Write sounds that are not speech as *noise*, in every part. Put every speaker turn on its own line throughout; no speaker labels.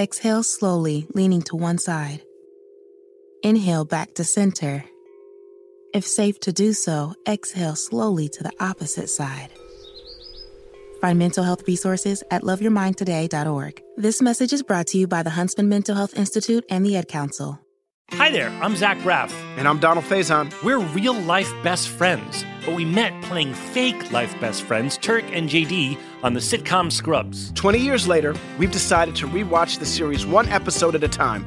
Exhale slowly, leaning to one side. Inhale back to center. If safe to do so, exhale slowly to the opposite side. Find mental health resources at loveyourmindtoday.org. This message is brought to you by the Huntsman Mental Health Institute and the Ed Council.
Hi there, I'm Zach Braff.
And I'm Donald Faison.
We're real life best friends, but we met playing fake life best friends, Turk and JD, on the sitcom Scrubs.
20 years later, we've decided to rewatch the series one episode at a time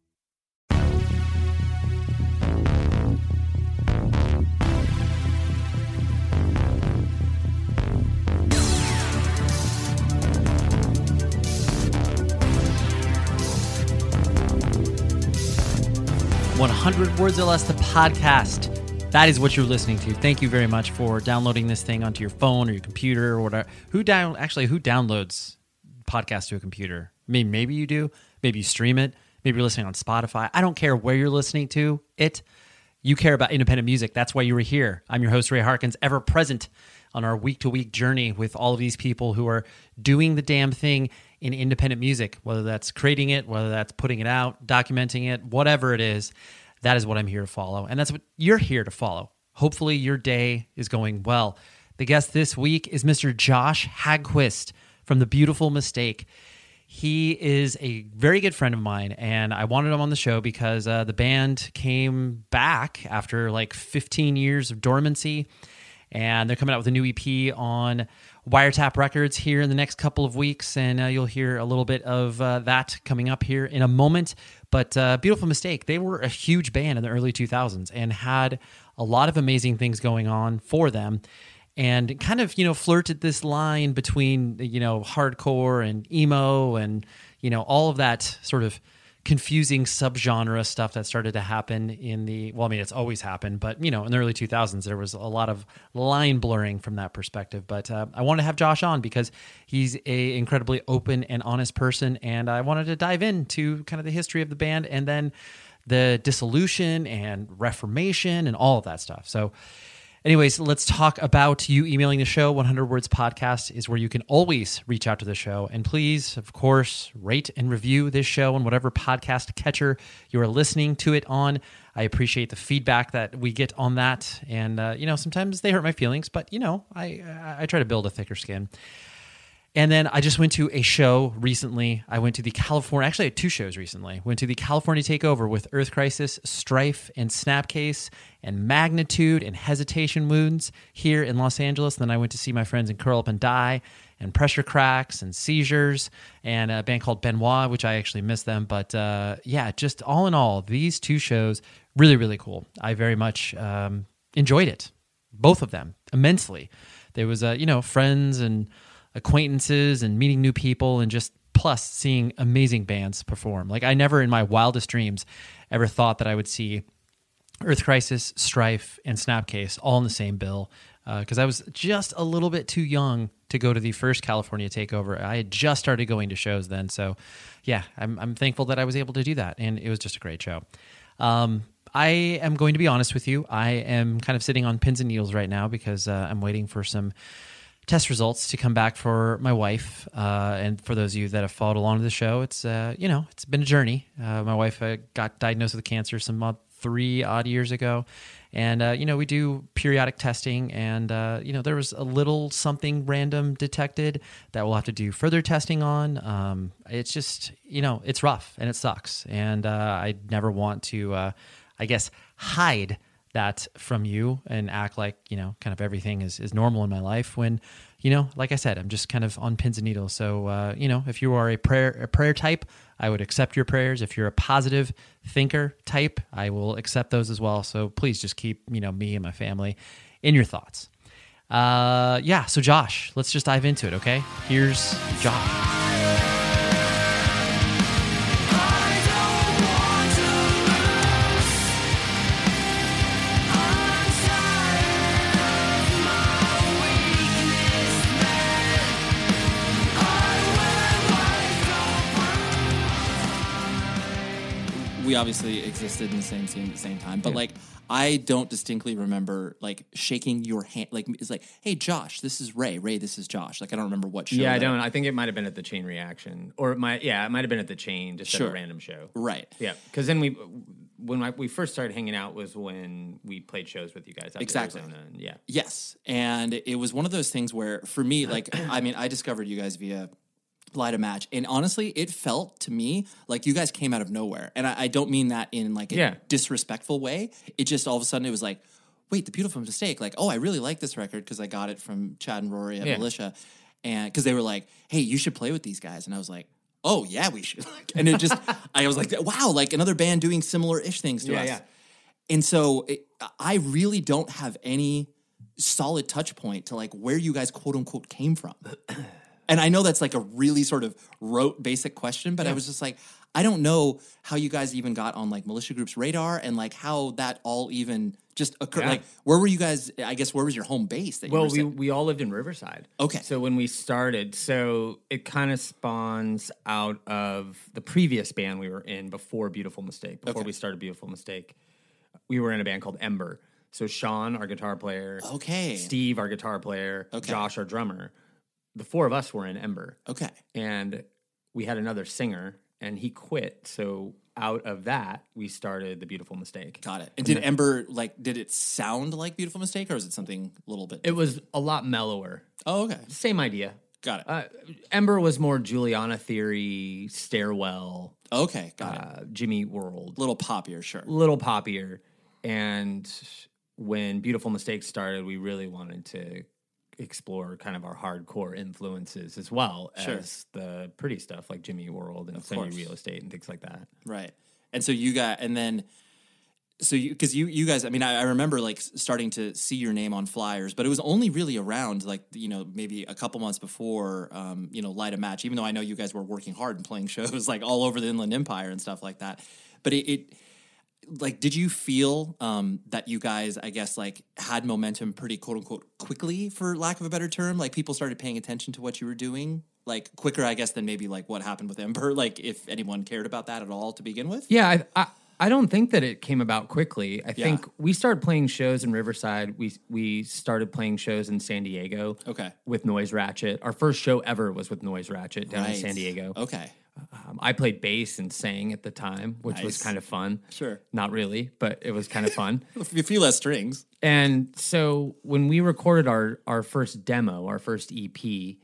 One hundred words or less, the podcast. That is what you're listening to. Thank you very much for downloading this thing onto your phone or your computer or whatever. Who down actually who downloads podcasts to a computer? I mean, maybe you do. Maybe you stream it. Maybe you're listening on Spotify. I don't care where you're listening to it. You care about independent music. That's why you were here. I'm your host, Ray Harkins, ever present on our week to week journey with all of these people who are doing the damn thing in independent music, whether that's creating it, whether that's putting it out, documenting it, whatever it is. That is what I'm here to follow. And that's what you're here to follow. Hopefully, your day is going well. The guest this week is Mr. Josh Hagquist from The Beautiful Mistake. He is a very good friend of mine, and I wanted him on the show because uh, the band came back after like 15 years of dormancy, and they're coming out with a new EP on Wiretap Records here in the next couple of weeks, and uh, you'll hear a little bit of uh, that coming up here in a moment. But uh, Beautiful Mistake, they were a huge band in the early 2000s and had a lot of amazing things going on for them and kind of, you know, flirted this line between, you know, hardcore and emo and, you know, all of that sort of confusing subgenre stuff that started to happen in the well i mean it's always happened but you know in the early 2000s there was a lot of line blurring from that perspective but uh, i want to have josh on because he's a incredibly open and honest person and i wanted to dive into kind of the history of the band and then the dissolution and reformation and all of that stuff so Anyways, let's talk about you emailing the show. 100 Words Podcast is where you can always reach out to the show. And please, of course, rate and review this show on whatever podcast catcher you are listening to it on. I appreciate the feedback that we get on that. And, uh, you know, sometimes they hurt my feelings, but, you know, I, I, I try to build a thicker skin. And then I just went to a show recently. I went to the California, actually, I had two shows recently. Went to the California Takeover with Earth Crisis, Strife, and Snapcase, and Magnitude, and Hesitation Wounds here in Los Angeles. And then I went to see my friends in Curl Up and Die and pressure cracks and seizures, and a band called Benoit, which I actually missed them. But uh, yeah, just all in all, these two shows really, really cool. I very much um, enjoyed it, both of them immensely. There was, uh, you know, friends and acquaintances and meeting new people and just plus seeing amazing bands perform. Like I never in my wildest dreams ever thought that I would see Earth Crisis, Strife, and Snapcase all in the same bill because I was just a little bit too young to go to the first California Takeover. I had just started going to shows then, so yeah, I'm, I'm thankful that I was able to do that, and it was just a great show. Um, I am going to be honest with you. I am kind of sitting on pins and needles right now because uh, I'm waiting for some test results to come back for my wife. Uh, and for those of you that have followed along to the show, it's uh, you know it's been a journey. Uh, my wife uh, got diagnosed with cancer some about three odd years ago, and uh, you know we do periodic testing, and uh, you know there was a little something random detected that we'll have to do further testing on. Um, it's just you know it's rough and it sucks, and uh, I never want to, uh, I guess, hide that from you and act like you know kind of everything is, is normal in my life when you know like i said i'm just kind of on pins and needles so uh, you know if you are a prayer a prayer type i would accept your prayers if you're a positive thinker type i will accept those as well so please just keep you know me and my family in your thoughts uh, yeah so josh let's just dive into it okay here's josh
we obviously existed in the same scene at the same time, but like I don't distinctly remember like shaking your hand. Like it's like, hey Josh, this is Ray. Ray, this is Josh. Like I don't remember what show.
Yeah, I
that-
don't. I think it might have been at the Chain Reaction, or it might. Yeah, it might have been at the Chain, just at
Sure.
a random show.
Right.
Yeah, because then we, when I, we first started hanging out, was when we played shows with you guys. out to
Exactly.
Arizona, and yeah.
Yes, and it was one of those things where for me, like I mean, I discovered you guys via light a match and honestly it felt to me like you guys came out of nowhere and i, I don't mean that in like a
Yeah.
disrespectful way it just all of a sudden it was like wait the beautiful mistake like oh i really like this record because i got it from chad and rory at
Yeah.
militia and because they were like hey you should play with these guys and i was like oh yeah we should *laughs* Like, and it just i was like wow like another band doing similar ish things to
Yeah,
us
yeah.
and so it, i really don't have any solid touch point to like where you guys quote unquote came from and I know that's like a really sort of rote basic question, but I was just like, I don't know how you guys even got on like militia group's radar and like how that all even just occurred.
Yeah.
Like, where were you guys? I guess where was your home base? That you
Well,
were
we
saying-
we all lived in Riverside.
Okay.
So when we started, so it kind of spawns out of the previous band we were in before Beautiful Mistake. Before we started Beautiful Mistake, we were in a band called Ember. So Sean, our guitar player,
Okay.
Steve, our guitar player, Josh, our drummer, the four of us were in Ember
okay,
and we had another singer and he quit so out of that we started the beautiful mistake
got it. And did Ember like? Did it sound like Beautiful Mistake, or was it something a little bit?
it was a lot mellower
oh, okay,
same idea
got it.
uh, ember was more juliana theory stairwell
okay, got it.
uh, jimmy world
Little poppier, sure.
little poppier and when beautiful mistake started we really wanted to explore kind of our hardcore influences as well
Sure.
as the pretty stuff like jimmy world and semi
course.
real estate and things like that
Right. And so you got, and then, so you, cause you, you guys, I mean, I, I remember like s- starting to see your name on flyers, but it was only really around like, you know, maybe a couple months before, um, you know, Light a Match, even though I know you guys were working hard and playing *laughs* shows like all over the Inland Empire and stuff like that. But it, it like, did you feel um, that you guys, I guess, like had momentum pretty quote unquote quickly, for lack of a better term? Like people started paying attention to what you were doing? Like quicker, I guess, than maybe like what happened with Ember. *laughs* Like if anyone cared about that at all to begin with.
Yeah, I, I I don't think that it came about quickly. I think we started playing shows in Riverside. We we started playing shows in San Diego.
Okay.
With Noise Ratchet, our first show ever was with Noise Ratchet down in
Right.
San Diego.
Okay.
Um, I played bass and sang at the time, which was
Nice.
kind of fun.
Sure.
not really, but it was kind of fun.
*laughs* A few- a few less strings.
And so when we recorded our our first demo, our first EP,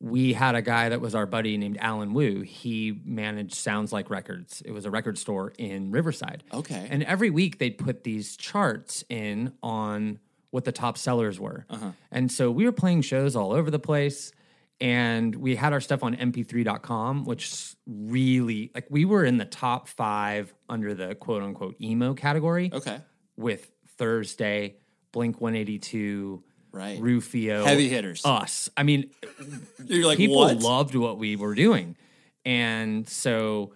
we had a guy that was our buddy named Alan Wu. He managed Sounds Like Records. It was a record store in Riverside.
Okay.
And every week they'd put these charts in
Uh-huh.
on what the top sellers were. And so we were playing shows all over the place and we had our stuff on mp3.com which s- really like we were in the top 5 under the quote unquote emo category
Okay.
with Thursday, Blink 182,
Right.
Rufio,
Heavy hitters.
us. I mean,
You're like
people
what?
loved what we were doing. And so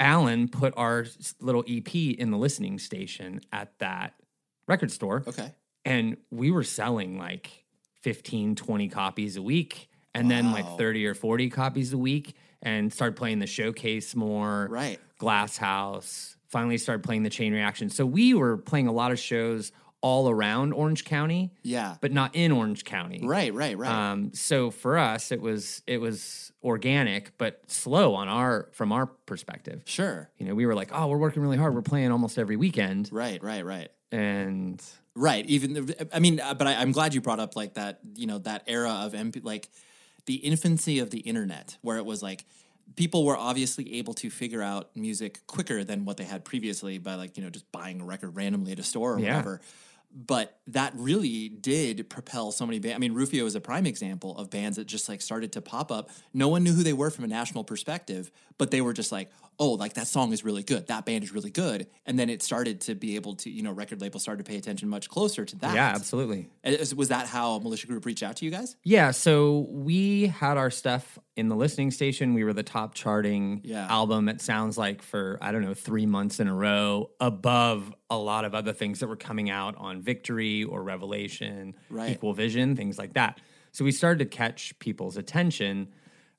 Alan put our s- little EP in the listening station at that record store.
okay.
And we were selling like 15, 20 copies a week and then like
Wow.
30 or 40 copies a week and started playing the showcase more.
Right.
Glass House, finally started playing the Chain Reaction. So we were playing a lot of shows all around Orange County,
Yeah.
but not in Orange County.
Right. Right. Right.
Um, so for us, it was it was organic, but slow on our from our perspective.
sure.
You know, we were like, oh, we're working really hard. We're playing almost every weekend,
Right. Right. Right.
and
Right. Even the- I mean, uh, but I, I'm glad you brought up like that. You know that era of MP, like the infancy of the internet, where it was like people were obviously able to figure out music quicker than what they had previously by like you know just buying a record randomly at a store or
Yeah.
whatever. But that really did propel so many bands. I mean, Rufio is a prime example of bands that just like started to pop up. No one knew who they were from a national perspective, but they were just like, oh, like that song is really good. That band is really good. And then it started to be able to, you know, record labels started to pay attention much closer to that.
yeah, absolutely.
Is- Was that how Militia Group reached out to you guys?
Yeah, so we had our stuff in the listening station. We were the top charting
Yeah.
album, it sounds like, for I don't know, three months in a row, above a lot of other things that were coming out on Victory or Revelation,
Right.
Equal Vision, things like that. So we started to catch people's attention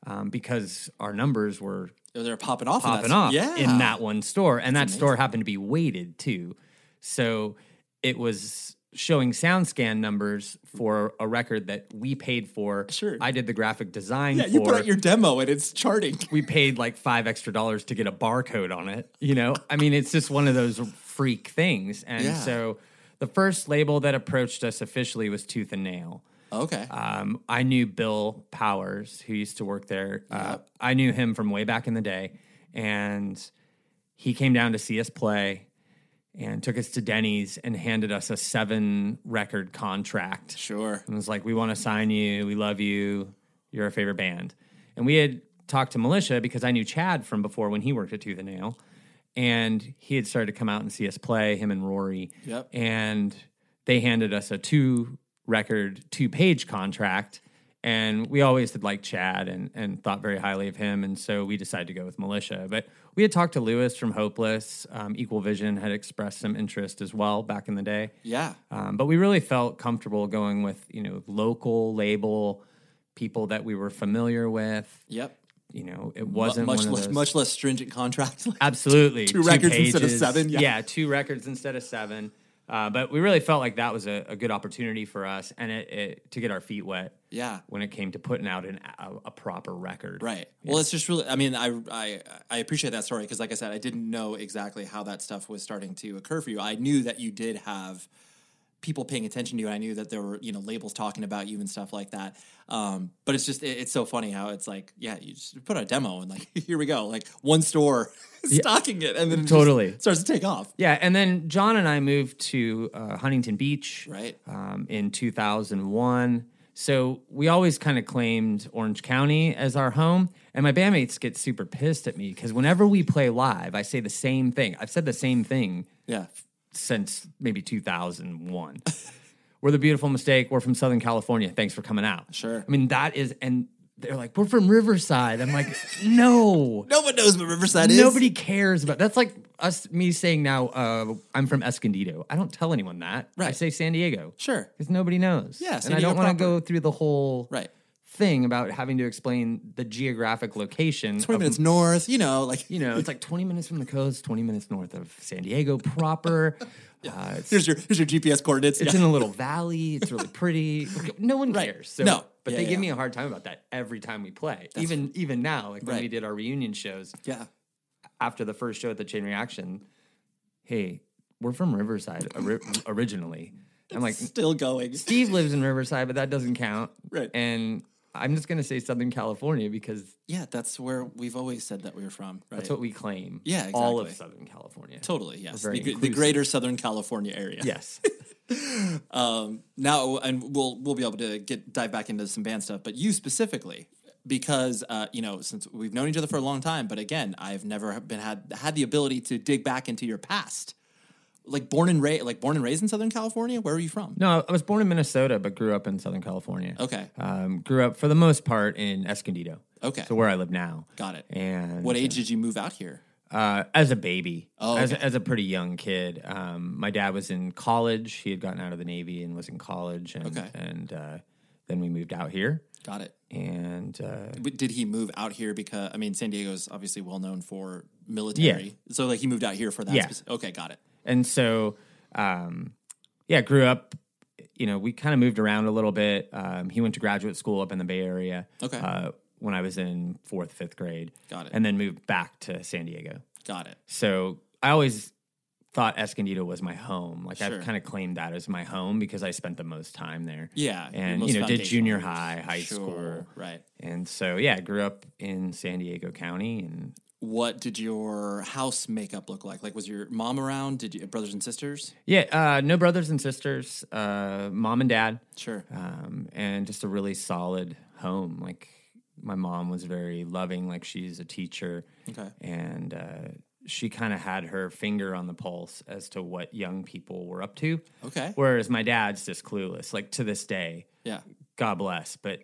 um, because our numbers were
Or They're popping off. of that
popping
song?
off
Yeah.
in that one store. And that store happened to be weighted too. So it was showing SoundScan numbers for a record that we paid for.
Sure.
I did the graphic design
Yeah,
for.
you put out your demo and it's charting.
*laughs* we paid like five extra dollars to get a barcode on it. You know, I mean, it's just one of those freak things. And
Yeah.
so the first label that approached us officially was Tooth and Nail.
Okay.
Um, I knew Bill Powers, who used to work there. Uh, I knew him from way back in the day, and he came down to see us play and took us to Denny's and handed us a seven record contract
sure.
and was like, "We want to sign you. We love you. You're our favorite band." And we had talked to Militia because I knew Chad from before when he worked at Tooth and Nail, and he had started to come out and see us play him and Rory.
Yep.
And they handed us a two record, two page contract, and we always had liked Chad and and thought very highly of him, and so we decided to go with Militia. But we had talked to Lewis from Hopeless. Um, Equal Vision had expressed some interest as well back in the day.
Yeah.
Um, but we really felt comfortable going with you know local label people that we were familiar with.
Yep.
You know, it wasn't
much
one of
less,
those-
much less stringent contracts. *laughs*
absolutely
two records instead of seven,
Yeah.
yeah.
two records instead of seven. Uh, but we really felt like that was a, a good opportunity for us and it, it to get our feet wet.
Yeah.
when it came to putting out an, a, a proper record.
Right. Well, it's just really. I mean, I I I appreciate that story because, like I said, I didn't know exactly how that stuff was starting to occur for you. I knew that you did have people paying attention to you. I knew that there were you know labels talking about you and stuff like that. Um, but it's just it, it's so funny how it's like yeah, you just put out a demo and like *laughs* here we go, like one store *laughs* stocking it, and then it just
Totally.
starts to take off.
Yeah, and then John and I moved to uh, Huntington Beach,
Right.
um, in 2001. So we always kind of claimed Orange County as our home, and my bandmates get super pissed at me because whenever we play live, I say the same thing. I've said the same thing
Yeah.
since maybe 2001. *laughs* we're the beautiful mistake. We're from Southern California. Thanks for coming out.
Sure.
I mean that is, and they're like, we're from Riverside. I'm like, *laughs* no,
No one knows what Riverside is.
Nobody cares about that's like us me saying now uh, I'm from Escondido. I don't tell anyone that. I
Right.
say San Diego.
Sure.
Because nobody knows.
Yeah, San
and I don't
Diego
want to
proper.
go through the whole
Right.
thing about having to explain the geographic location.
Twenty
of-
minutes north. You know, like
You know, it's like 20 minutes from the coast, 20 minutes north of San Diego
*laughs*
proper. uh, it's,
here's your here's your GPS coordinates.
it's
Yeah.
in a
*laughs*
little valley. It's really pretty. Okay, No one cares. So,
No.
But
Yeah,
they
yeah.
give me a hard time about that every time we play. even even now, like when
Right.
we did our reunion shows,
yeah.
after the first show at the Chain Reaction, hey, we're from Riverside ori- originally. I'm like,
Still going.
Steve lives in Riverside, but that doesn't count.
Right.
And I'm just going to say Southern California because
Yeah, that's where we've always said that we were from. Right?
that's what we claim.
Yeah,
All of
exactly.
Southern California.
Totally, yes.
very
The, gr- the
inclusive.
greater Southern California area.
Yes.
um, now, and we'll we'll be able to get dive back into some band stuff, but you specifically, because uh, you know, since we've known each other for a long time, but again, I've never been had had the ability to dig back into your past. Like born and raised, like born and raised in Southern California. Where are you from?
No, I was born in Minnesota, but grew up in Southern California.
Okay.
Um, grew up for the most part in Escondido.
Okay.
So where I live now.
Got it.
And
What age did you move out here?
Uh, as a baby,
Oh,
as,
okay.
as a pretty young kid, um, my dad was in college. He had gotten out of the navy and was in college, and
Okay.
and uh, then we moved out here.
Got it.
And uh,
But did he move out here because I mean San Diego is obviously well known for military. So like he moved out here for that.
Yeah.
speci- okay, got it.
and so um, yeah grew up you know we kind of moved around a little bit um, he went to graduate school up in the bay area
Okay.
uh, when i was in fourth fifth grade
Got it.
and then moved back to san diego
Got it.
so i always thought escondido was my home like
Sure.
i've kind of claimed that as my home because i spent the most time there
Yeah. your
and
most
you know did
foundational
junior
years.
high high
Sure,
school
Right.
and so yeah I grew up in san diego county and
What did your house makeup look like? Like was your mom around? Did you brothers and sisters?
yeah uh, no brothers and sisters uh, mom and dad
Sure.
um, and just a really solid home. Like my mom was very loving, like she's a teacher,
Okay.
and uh, she kind of had her finger on the pulse as to what young people were up to.
Okay.
Whereas my dad's just clueless. Like to this day,
Yeah.
God bless,
*laughs*
but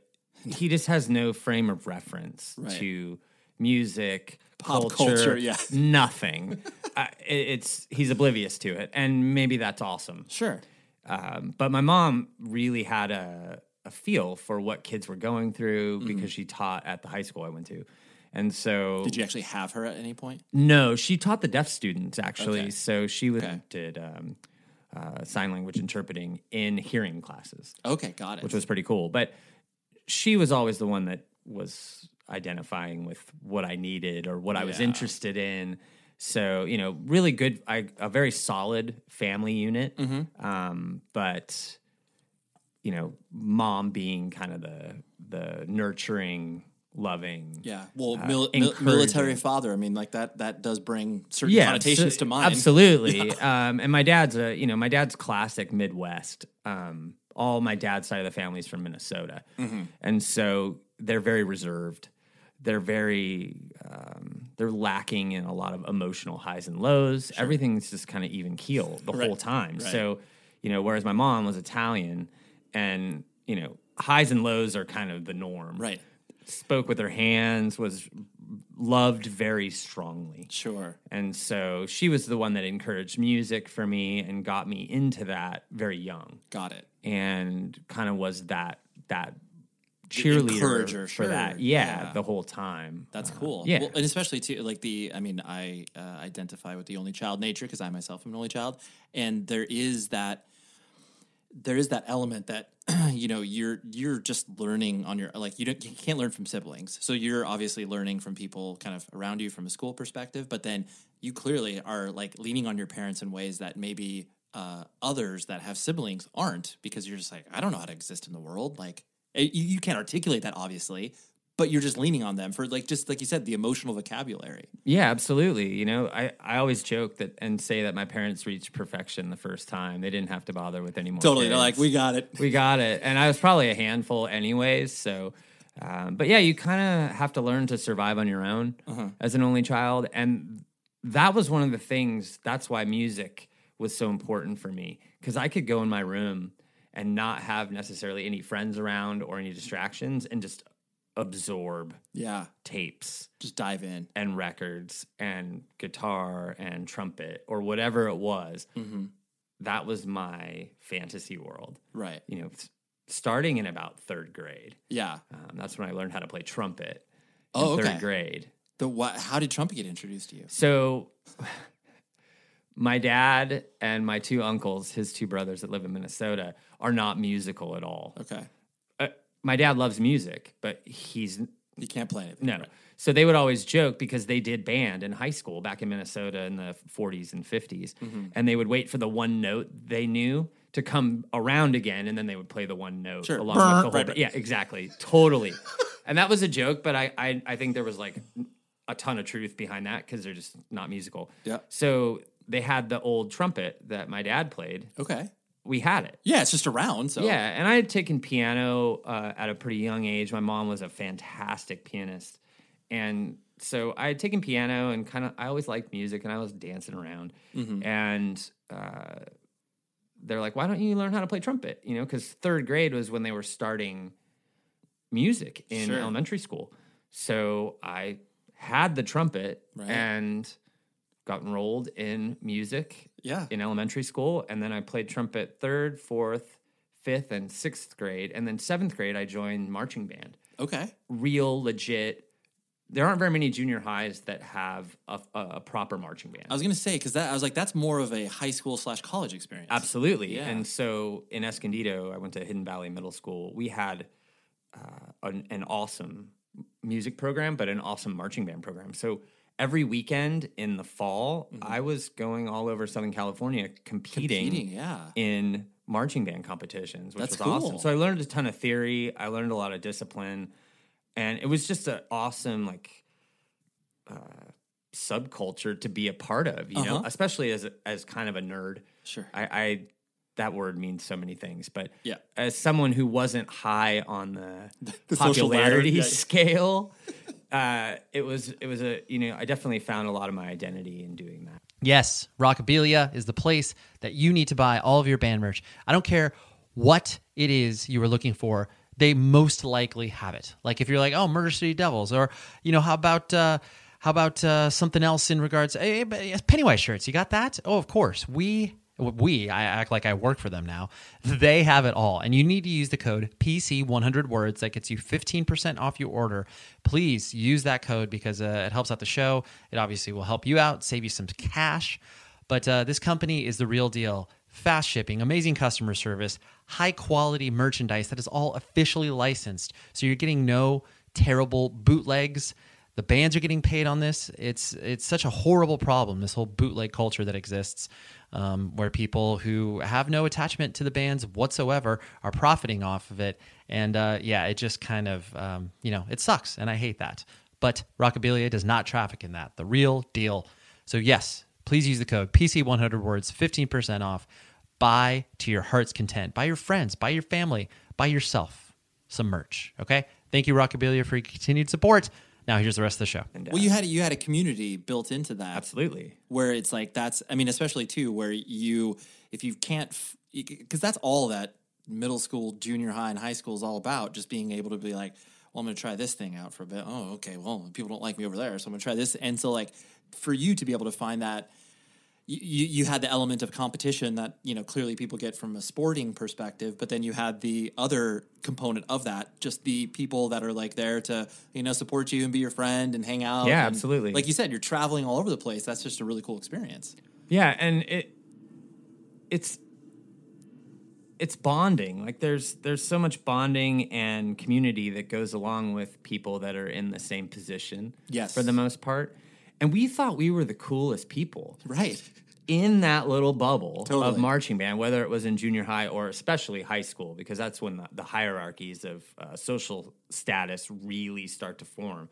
he just has no frame of reference
Right.
to music,
Pop
culture,
culture, yeah.
nothing. *laughs* I, it- it's he's oblivious to it, and maybe that's awesome.
Sure.
Um, but my mom really had a, a feel for what kids were going through
Mm-hmm.
because she taught at the high school I went to. And so,
Did you actually have her at any point?
no, she taught the deaf students actually.
Okay.
So she was,
Okay.
did um, uh, sign language interpreting in hearing classes,
Okay, got it.
which was pretty cool. But she was always the one that was identifying with what I needed or what I was
Yeah.
interested in. So, you know, really good, I, a very solid family unit
Mm-hmm.
um, but you know, mom being kind of the the nurturing, loving. uh,
yeah. Well, mil- mil-
encouraging.
military father. I mean, like that. That does bring certain connotations
abso-
to mind. *laughs*
Absolutely. Um, and my dad's a you know my dad's classic Midwest. Um, all my dad's side of the family's from Minnesota,
Mm-hmm.
and so they're very reserved. They're very um, they're lacking in a lot of emotional highs and lows. Everything's just kind of even keel the whole time. So you know, whereas my mom was Italian, and you know highs and lows are kind of the norm.
Right.
Spoke with her hands. Was loved very strongly.
Sure.
And so she was the one that encouraged music for me and got me into that very young
Got it.
and kind of was that that cheerleader
encourager,
for
sure,
that. Yeah,
yeah.
the whole time.
That's cool.
yeah.
Well, and especially too, like the, I mean, I uh, identify with the only child nature because I myself am an only child, and there is that, there is that element that *clears throat* you know you're you're just learning on your like you don't you can't learn from siblings, so you're obviously learning from people kind of around you from a school perspective, but then you clearly are like leaning on your parents in ways that maybe uh, others that have siblings aren't because you're just like I don't know how to exist in the world like. eh, You, you can't articulate that obviously, but you're just leaning on them for like just like you said the emotional vocabulary
Yeah, absolutely. You know, I, I always joke that and say that my parents reached perfection the first time. They didn't have to bother with any more.
they're
kids.
like we got it
we got it. And I was probably a handful, anyways. So, um, but yeah, you kind of have to learn to survive on your own
Uh-huh.
as an only child. And that was one of the things. That's why music was so important for me because I could go in my room and not have necessarily any friends around or any distractions and just absorb
yeah
tapes
just dive in
and records and guitar and trumpet or whatever it was.
Mm-hmm.
That was my fantasy world
right
you know, s- starting in about third grade.
yeah
Um, that's when I learned how to play trumpet in
Oh, okay.
third grade.
the what how did trumpet get introduced to you
So *laughs* my dad and my two uncles, his two brothers that live in Minnesota, are not musical at all.
okay
Uh, my dad loves music, but he's n-
you can't play anything
no.
right?
So they would always joke because they did band in high school back in Minnesota in the 40s and 50s.
Mm-hmm.
And they would wait for the one note they knew to come around again and then they would play the one note
Sure.
along with the whole
Right,
ba-
right.
Yeah, exactly. Totally. and that was a joke, but I, I I think there was like a ton of truth behind that because they're just not musical.
Yeah.
So they had the old trumpet that my dad played
okay
we had it.
Yeah, it's just around. So
Yeah, and I had taken piano uh, at a pretty young age. My mom was a fantastic pianist, and so I had taken piano and kind of I always liked music and I was dancing around. And uh, they're like, "Why don't you learn how to play trumpet?" You know, because third grade was when they were starting music in
Sure.
elementary school. So I had the trumpet
Right.
and got enrolled in music
yeah.
in elementary school, and then I played trumpet third, fourth, fifth, and sixth grade, and then seventh grade I joined marching band.
Okay.
Real legit. There aren't very many junior highs that have a, a, a proper marching band.
I was gonna say because that I was like that's more of a high school slash college experience.
Absolutely.
Yeah.
And so in Escondido, I went to Hidden Valley Middle School. We had uh, an, an awesome music program, but an awesome marching band program. So every weekend in the fall,
Mm-hmm.
I was going all over Southern California competing,
Competing, yeah.
in marching band competitions, which
That's
was awesome.
cool.
So I learned a ton of theory. I learned a lot of discipline, and it was just an awesome like uh, subculture to be a part of. You know,
Uh-huh.
especially as as kind of a nerd.
Sure.
I, I that word means so many things, but
Yeah.
as someone who wasn't high on the,
*laughs* The social ladder,
popularity
yeah.
scale, uh, it was it was a you know I definitely found a lot of my identity in doing that.
Yes, Rockabilia is the place that you need to buy all of your band merch. I don't care what it is you were looking for; they most likely have it. Like if you're like, oh, Murder City Devils, or you know, how about uh, how about uh, something else in regards? Hey, but yes, Pennywise shirts, you got that? Oh, of course, we. We, I act like I work for them now. They have it all. And you need to use the code PC100 words. That gets you 15% off your order. Please use that code because uh, it helps out the show. It obviously will help you out, save you some cash. But uh, this company is the real deal. Fast shipping, amazing customer service, high quality merchandise that is all officially licensed. So you're getting no terrible bootlegs. The bands are getting paid on this. It's it's such a horrible problem. This whole bootleg culture that exists, um, where people who have no attachment to the bands whatsoever are profiting off of it, and uh, yeah, it just kind of um, you know it sucks, and I hate that. But Rockabilia does not traffic in that. The real deal. So yes, please use the code PC100 words 15% off. Buy to your heart's content. Buy your friends. Buy your family. Buy yourself some merch. Okay. Thank you, Rockabilia, for your continued support. Now here's the rest of the show.
uh,
Well, you had you had a community built into that.
Absolutely,
where it's like that's i mean especially too where you if you can't because that's all that middle school junior high and high school is all about just being able to be like well i'm going to try this thing out for a bit oh okay well people don't like me over there so i'm going to try this and so like for you to be able to find that you, you you had the element of competition that you know clearly people get from a sporting perspective, but then you had the other component of that, just the people that are like there to you know support you and be your friend and hang out.
Yeah,
and
absolutely.
Like you said, you're traveling all over the place. That's just a really cool experience.
yeah, and it it's it's bonding. Like there's there's so much bonding and community that goes along with people that are in the same position.
Yes.
for the most part. And we thought we were the coolest people.
Right.
in that little bubble of
Totally.
marching band, whether it was in junior high or especially high school, because that's when the, the hierarchies of uh, social status really start to form.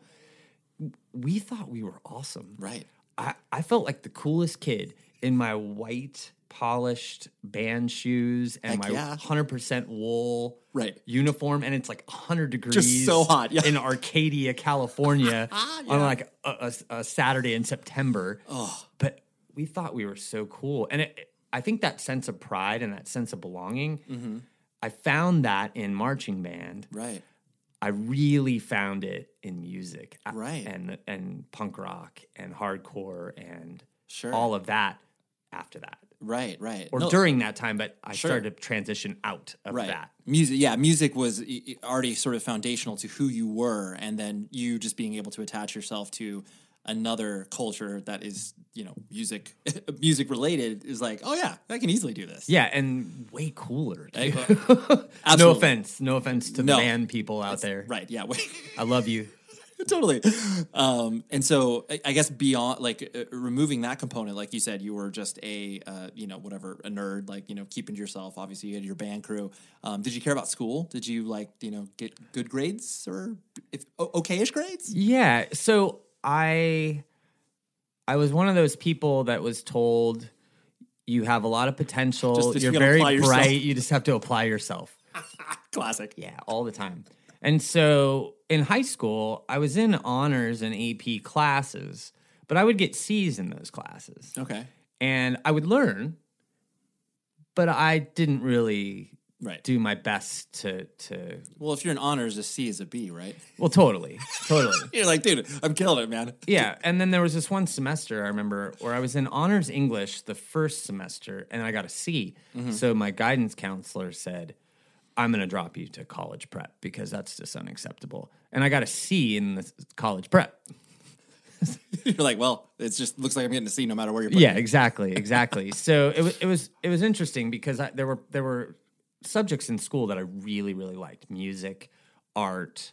We thought we were awesome.
Right.
I, I felt like the coolest kid in my white, polished band shoes and
Heck
my
yeah.
100% wool
Right.
uniform. And it's like 100 degrees.
so hot, yeah. Ah,
In Arcadia,
*laughs*
California on like a, a- a Saturday in September. But we thought we were so cool. And it, I think that sense of pride and that sense of belonging, I found that in marching band.
Right.
I really found it in music, I-
Right.
And and punk rock and hardcore and
Sure.
all of that after that
Right. Right.
or
No,
during that time. But I
Sure.
started to transition out of
right.
that.
Music. Yeah. Music was i- i- already sort of foundational to who you were, and then you just being able to attach yourself to another culture that is you know music *laughs* music related is like oh yeah i can easily do this
Yeah, and way cooler.
Hey,
too.
well,
*laughs* no
absolutely.
offense, no offense to
No.
the band people out there.
right yeah
I love you.
*laughs* totally um and so I- i guess beyond like uh, removing that component like you said you were just a uh, you know whatever a nerd like you know keeping to yourself obviously you had your band crew um did you care about school did you like you know get good grades or if o- okay-ish grades
Yeah. So I I was one of those people that was told You have a lot of potential.
Just that you
You're
gotta
very
apply
bright.
yourself.
You just have to apply yourself.
*laughs* Classic.
Yeah, all the time. And so in high school, I was in honors and AP classes, but I would get C's in those classes
Okay.
and I would learn, but I didn't really
Right.
do my best to to
Well, if you're in honors, a C is a B, right?
well *laughs* totally totally
*laughs* You're like, dude, I'm killing it, man. *laughs*
yeah and then there was this one semester i remember where i was in honors english the first semester and i got a C. so my guidance counselor said i'm going to drop you to college prep because that's just unacceptable and i got a c in the s- college prep
You're like, well, it just looks like I'm getting a C no matter where you're.
yeah exactly exactly so it was it was it was interesting because I, there were there were subjects in school that i really really liked music art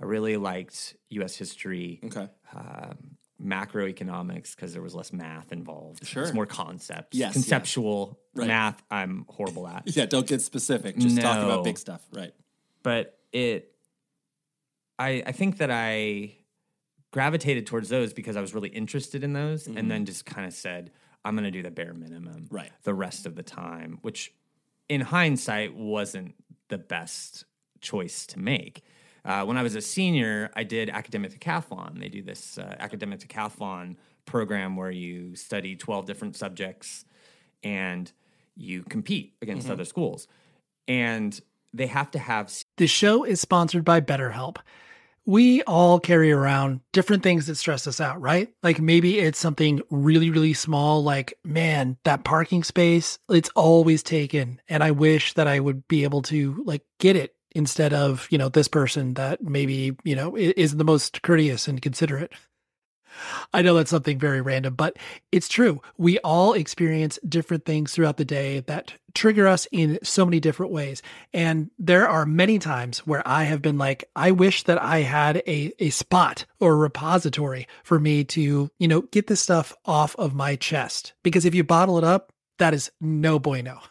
i really liked us history um,
playing. Okay.
macroeconomics because there was less math involved. Sure. It's more concepts.
Yes, yeah.
Conceptual
Right.
math I'm horrible at.
*laughs* Yeah, don't get *laughs* specific. Just talk about
No.
big stuff, right?
But it I I think that I gravitated towards those because I was really interested in those and then just kind of said, I'm gonna do the bare minimum
Right.
the rest of the time, which in hindsight wasn't the best choice to make. Uh, when I was a senior, I did academic decathlon. They do this uh, academic decathlon program where you study 12 different subjects and you compete against other schools. And they have to have
This show is sponsored by BetterHelp. We all carry around different things that stress us out, right? Like maybe it's something really, really small, like, man, that parking space, it's always taken. And I wish that I would be able to like get it instead of, you know, this person that maybe, you know, i- is the most courteous and considerate. I know that's something very random, but it's true. We all experience different things throughout the day that trigger us in so many different ways. And there are many times where I have been like, I wish that I had a, a spot or a repository for me to, you know, get this stuff off of my chest. Because if you bottle it up, that is no bueno. *laughs*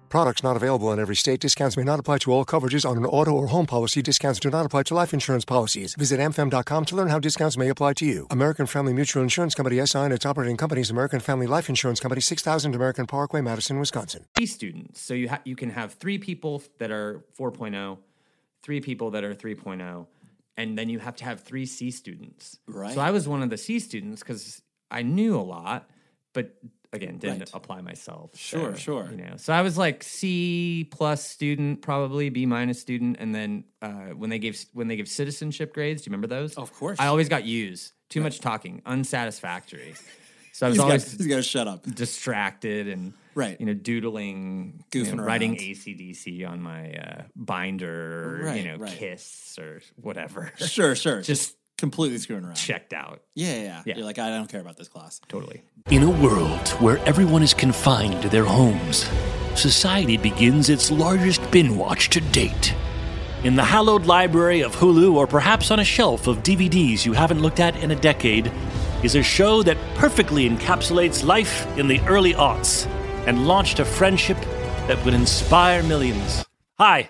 Products not available in every state. Discounts may not apply to all coverages on an auto or home policy. Discounts do not apply to life insurance policies. Visit mfm.com to learn how discounts may apply to you. American Family Mutual Insurance Company SI and its operating companies, American Family Life Insurance Company, 6000 American Parkway, Madison, Wisconsin.
C students. So you ha- you can have three people that are 4.0, three people that are 3.0, and then you have to have three C students.
Right.
So I was one of the C students because I knew a lot, but again, didn't
Right.
apply myself.
Sure,
So,
sure.
You know, so I was like C plus student, probably B minus student, and then uh, when they gave when they give citizenship grades, do you remember those?
Of course.
I always got U's Too much talking, unsatisfactory. So I was
He's got-
always
he's got to shut up,
distracted, and
Right.
you know, doodling, you
Goofing
know, writing
around.
ACDC on my uh, binder, or,
Right,
you know,
right.
Kiss or whatever.
Sure, sure.
Just
completely screwing around.
checked out.
Yeah, yeah, yeah.
Yeah.
You're like, I don't care about this class.
Totally.
In a world where everyone is confined to their homes, society begins its largest bin watch to date.
In the hallowed library of Hulu, or perhaps on a shelf of DVDs you haven't looked at in a decade, is a show that perfectly encapsulates life in the early aughts and launched a friendship that would inspire millions. Hi,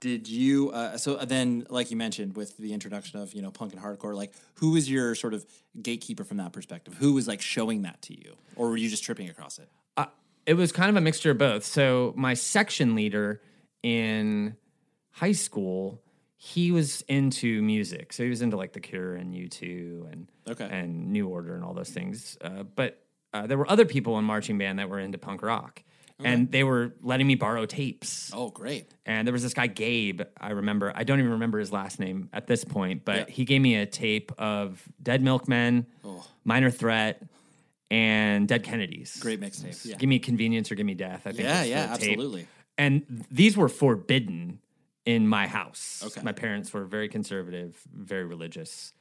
Did you? Uh, so then, like you mentioned, with the introduction of you know punk and hardcore, like who was your sort of gatekeeper from that perspective? Who was like showing that to you, or were you just tripping across it?
Uh, it was kind of a mixture of both. So my section leader in high school, he was into music. So he was into like The Cure and U2 and
Okay.
and New Order and all those things. Uh, but uh, there were other people in marching band that were into punk rock. And they were letting me borrow tapes.
Oh, great.
And there was this guy, Gabe, I remember. I don't even remember his last name at this point, but he gave me a tape of Dead Milkmen,
Oh.
Minor Threat, and Dead Kennedys.
Great mixtape. Yeah.
Give me convenience or give me death. I think
Yeah,
was the
yeah,
tape.
absolutely.
And these were forbidden in my house.
Okay.
My parents were very conservative, very religious.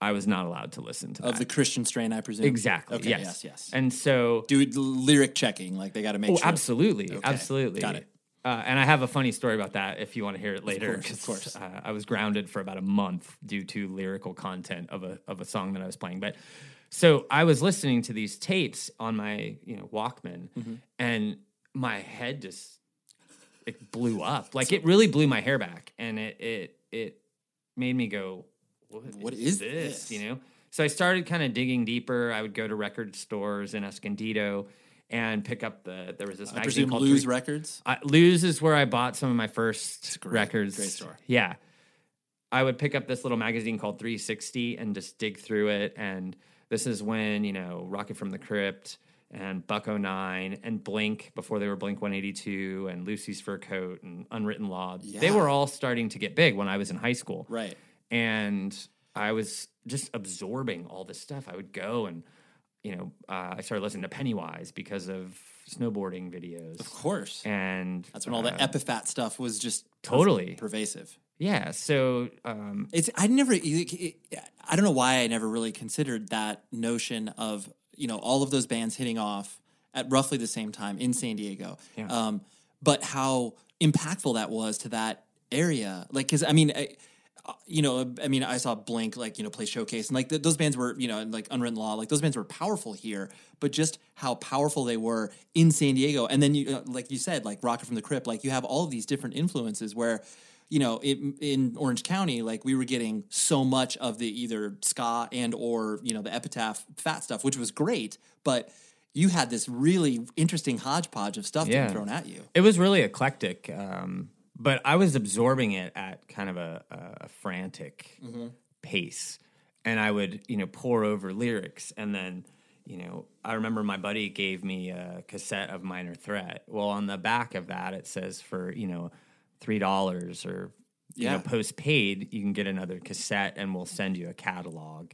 I was not allowed to listen to
Of
that.
the Christian strain, I presume.
Exactly.
Okay.
yes.
Yes. Yes.
And so
Do the lyric checking. Like they got to make
oh,
sure.
absolutely,
Okay,
absolutely.
Got it.
Uh, and I have a funny story about that if you want to hear it later.
course, of
'cause,
course.
Uh, I was grounded for about a month due to lyrical content of a of a song that I was playing. But so I was listening to these tapes on my you know Walkman,
Mm-hmm.
and my head just it blew up. Like it really blew my hair back, and it it it made me go,
What is this?
You know. So I started kind of digging deeper. I would go to record stores in Escondido and pick up the. There was this
I
magazine
presume
called
Lose
Three-
Records.
I, Lose is where I bought some of my first
great-
records.
great store.
Yeah. I would pick up this little magazine called 360 and just dig through it. And this is when, you know, Rocket from the Crypt and Buck 09 and Blink before they were Blink 182 and Lucy's Fur Coat and Unwritten Law. They
Yeah.
were all starting to get big when I was in high school
Right.
and I was just absorbing all this stuff. I would go and you know uh, I started listening to Pennywise because of snowboarding videos,
Of course.
and
That's when all the
uh,
epiphat stuff was just
Totally.
pervasive.
yeah. So um,
It's I never e, I don't know why I never really considered that notion of you know all of those bands hitting off at roughly the same time in San Diego, um, but how impactful that was to that area. Like because I mean. I, you know, I mean, I saw Blink like you know play showcase, and like th- those bands were you know and, like Unwritten Law, like those bands were powerful here, but just how powerful they were in San Diego, and then you uh, like you said, like Rocket from the Crypt, like you have all of these different influences where. You know, it, in Orange County, like we were getting so much of the either ska and or you know the epitaph fat stuff, which was great. But you had this really interesting hodgepodge of stuff
Yeah.
being thrown at you.
it was really eclectic. Um, but I was absorbing it at kind of a, a- a frantic pace, and I would you know pour over lyrics, and then you know I remember my buddy gave me a cassette of Minor Threat. Well, on the back of that it says for you know three dollars or you
Yeah.
know post paid you can get another cassette, and we'll send you a catalog.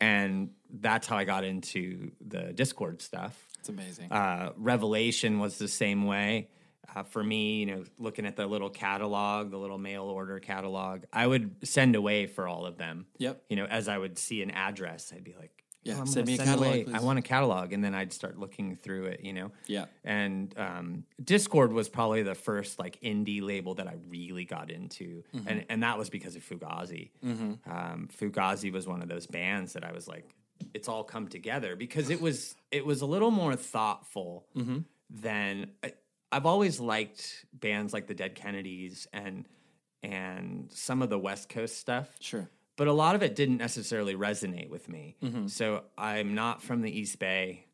And that's how I got into the Discord stuff
It's amazing.
uh, Revelation was the same way. Uh, for me, you know, looking at the little catalog, the little mail order catalog, I would send away for all of them.
Yep.
You know, as I would see an address, I'd be like,
Yeah,
"Oh, I'm
send
gonna
me a catalog, please."
I want a catalog, and then I'd start looking through it, you know.
Yeah.
And um, Discord was probably the first like indie label that I really got into,
Mhm.
and and that was because of Fugazi.
Mm-hmm.
Mhm.
Um, Fugazi was one of those bands that I was like, it's all come together because it was it was a little more thoughtful
Mhm.
than I, I've always liked bands like the Dead Kennedys and and some of the West Coast stuff.
Sure.
But a lot of it didn't necessarily resonate with me.
Mhm.
So I'm not from the East Bay.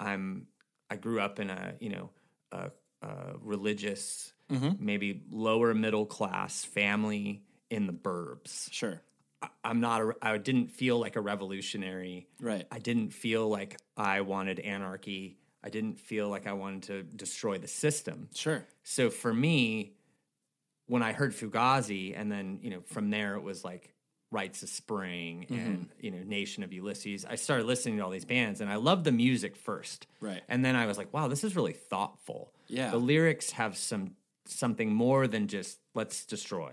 I'm I grew up in a, you know, a, a religious,
Mhm.
maybe lower middle class family in the burbs.
Sure.
I, I'm not a, I didn't feel like a revolutionary.
Right.
I didn't feel like I wanted anarchy. I didn't feel like I wanted to destroy the system.
Sure.
So for me, when I heard Fugazi, and then you know from there it was like Rites of Spring
Mm-hmm.
and you know Nation of Ulysses. I started listening to all these bands, and I loved the music first,
Right.
and then I was like, wow, this is really thoughtful.
Yeah.
the lyrics have some something more than just let's destroy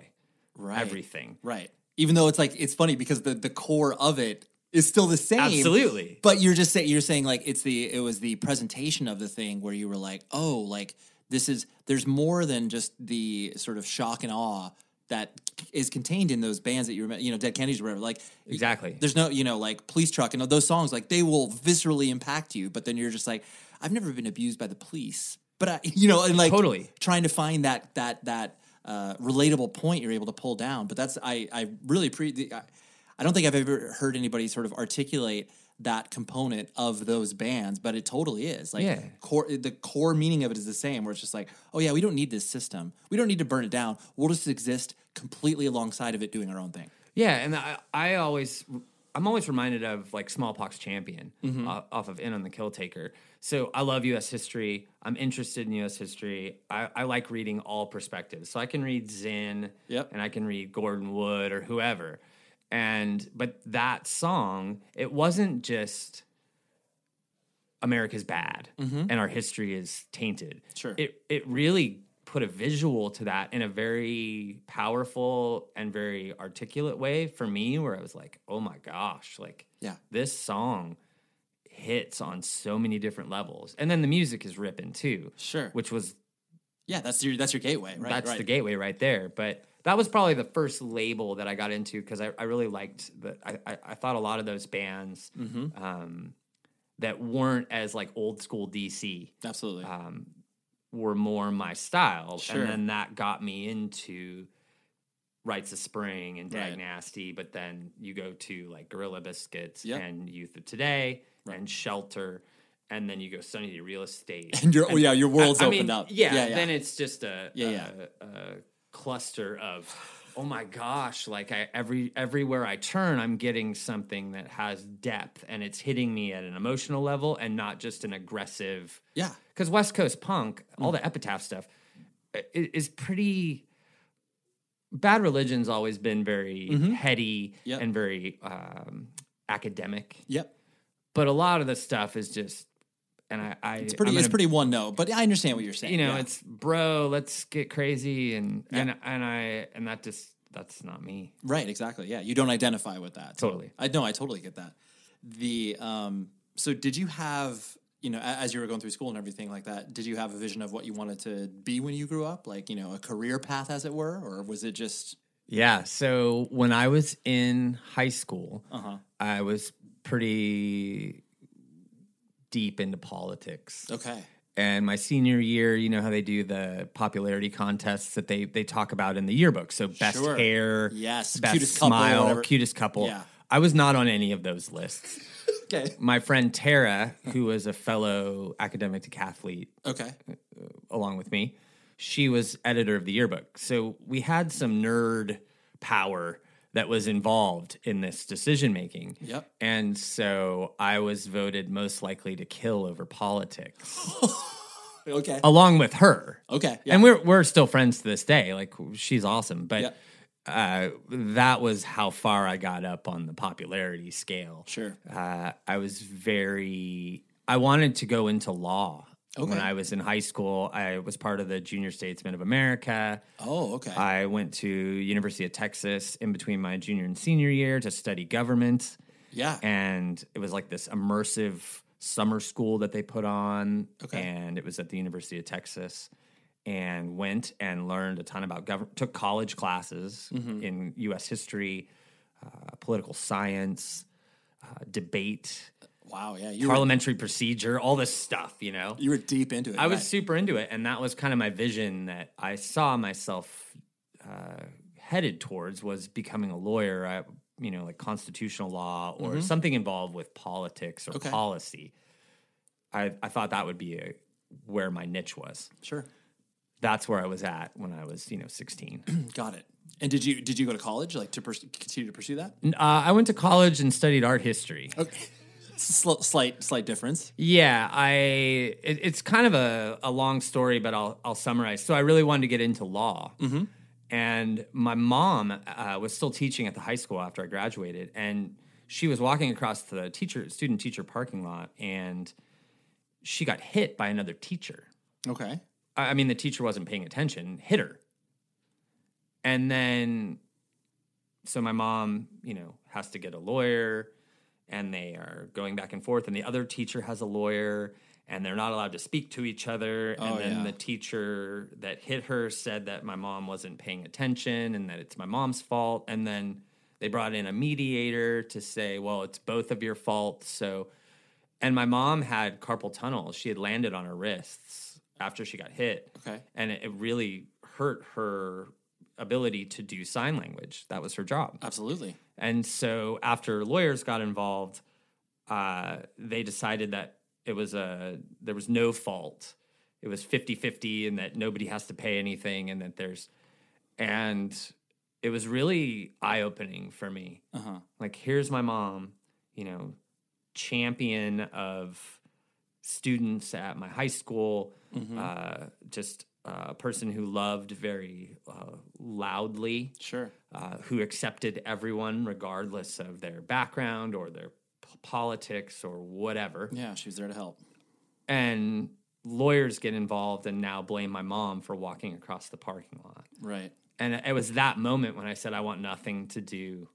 Right.
everything.
Right. Even though it's like it's funny because the the core of it is still the same.
Absolutely.
But you're just saying you're saying like it's the it was the presentation of the thing where you were like, "Oh, like this is there's more than just the sort of shock and awe that is contained in those bands that you remember, you know, Dead Kennedys or whatever." Like
Exactly.
there's no, you know, like Police Truck and those songs like they will viscerally impact you, but then you're just like, "I've never been abused by the police." But I, you know, and like
Totally.
trying to find that that that uh, relatable point you're able to pull down. But that's I I really pre the- I, I don't think I've ever heard anybody sort of articulate that component of those bands, but it totally is like
Yeah.
core the core meaning of it is the same. Where it's just like, oh yeah, we don't need this system. We don't need to burn it down. We'll just exist completely alongside of it, doing our own thing.
Yeah, and I, I always, I'm always reminded of like Smallpox Champion
Mhm.
uh, off of In on the Kill Taker. So I love U.S. history. I'm interested in U.S. history. I, I like reading all perspectives. So I can read Zinn,
Yep.
and I can read Gordon Wood or whoever. And but that song, it wasn't just America's bad
Mhm.
and our history is tainted.
Sure.
It it really put a visual to that in a very powerful and very articulate way for me where I was like, "Oh my gosh, like
Yeah.
this song hits on so many different levels." And then the music is ripping too.
Sure.
Which was
Yeah, that's your that's your gateway, right?
that's
right.
the gateway right there. But that was probably the first label that I got into because I, I really liked the I, I, I thought a lot of those bands
Mm-hmm.
um, that weren't as like old school DC
Absolutely.
um, were more my style,
Sure.
and then that got me into Rites of Spring and Dag
Right.
Nasty. But then you go to like Gorilla Biscuits
Yep.
and Youth of Today and Shelter, and then you go Sunny Day Real Estate,
*laughs* And your- oh, yeah, your world's
I- I mean,
opened up.
Yeah,
Yeah, yeah.
then it's just a
Yeah,
a-
yeah.
a cluster of. Oh my gosh! Like I, every everywhere I turn, I'm getting something that has depth, and it's hitting me at an emotional level, and not just an aggressive
yeah.
because West Coast punk, all
Mm.
the epitaph stuff, i- i- is pretty. Bad religion's always been very heady
Mm-hmm. Yep.
and very um, academic,
Yep.
but a lot of the stuff is just, and I, I
It's pretty.
I'm
it's
gonna-
pretty one note, but I understand what you're saying.
You know,
yeah.
it's bro, let's get crazy, and and and I and that just that's not me.
Right, exactly. Yeah, you don't identify with that. So
Totally.
I know I totally get that. The um so did you have, you know, a- as you were going through school and everything like that, did you have a vision of what you wanted to be when you grew up? Like, you know, a career path as it were, or was it just
Yeah. So when I was in high school,
uh-huh.
I was pretty deep into politics.
Okay.
and my senior year, you know how they do the popularity contests that they they talk about in the yearbook. So best
Sure.
hair,
Yes,
best
cutest couple,
smile,
whatever.
cutest couple.
Yeah.
I was not on any of those lists.
*laughs* Okay.
My friend Tara, who was a fellow academic decathlete uh,
Okay.
along with me, she was editor of the yearbook. So we had some nerd power that was involved in this decision making.
Yep.
And so I was voted most likely to kill over politics
Okay.
along with her.
Okay. Yeah.
And we're we're still friends to this day. Like she's awesome, but
Yeah.
uh, that was how far I got up on the popularity scale.
Sure.
Uh, I was very. I wanted to go into law
Okay.
when I was in high school. I was part of the Junior Statesmen of America.
Oh, okay.
I went to University of Texas in between my junior and senior year to study government.
Yeah.
And it was like this immersive summer school that they put on. Okay. And it was at the University of Texas and went and learned a ton about government, took college classes
Mhm.
in US history, uh, political science, uh, debate.
Wow. Yeah. were-
parliamentary procedure, all this stuff, you know?
You were deep into it.
I was
right.
super into it, and that was kind of my vision that I saw myself uh, headed towards was becoming a lawyer. I, you know, like constitutional law or
Mhm.
something involved with politics or
Okay.
policy. I I thought that would be a, where my niche was.
Sure.
That's where I was at when I was, you know, sixteen.
*clears throat* Got it. And did you did you go to college like to pers- continue to pursue that?
N- Uh, I went to college and studied art history.
Okay. Sl- slight slight difference.
Yeah, I it, it's kind of a, a long story, but I'll I'll summarize. So I really wanted to get into law,
Mhm.
and my mom uh, was still teaching at the high school after I graduated, and she was walking across the teacher student teacher parking lot, and she got hit by another teacher.
Okay.
I I mean, the teacher wasn't paying attention, hit her. And then, so my mom, you know, has to get a lawyer and they are going back and forth, and the other teacher has a lawyer and they're not allowed to speak to each other.
Oh,
and then
yeah.
the teacher that hit her said that my mom wasn't paying attention and that it's my mom's fault. And then they brought in a mediator to say, well, it's both of your fault. So, and my mom had carpal tunnel. She had landed on her wrists after she got hit.
Okay.
And it, it really hurt her ability to do sign language. That was her job.
Absolutely.
And so after lawyers got involved, uh, they decided that it was a there was no fault. It was 50-50 and that nobody has to pay anything and that there's and it was really eye-opening for me
Uh huh.
like here's my mom you know champion of students at my high school
Mhm.
uh, just a person who loved very uh, loudly
sure
uh, who accepted everyone regardless of their background or their p- politics or whatever
Yeah, she was there to help.
and lawyers get involved and now blame my mom for walking across the parking lot
Right.
and it was that moment when I said I want nothing to do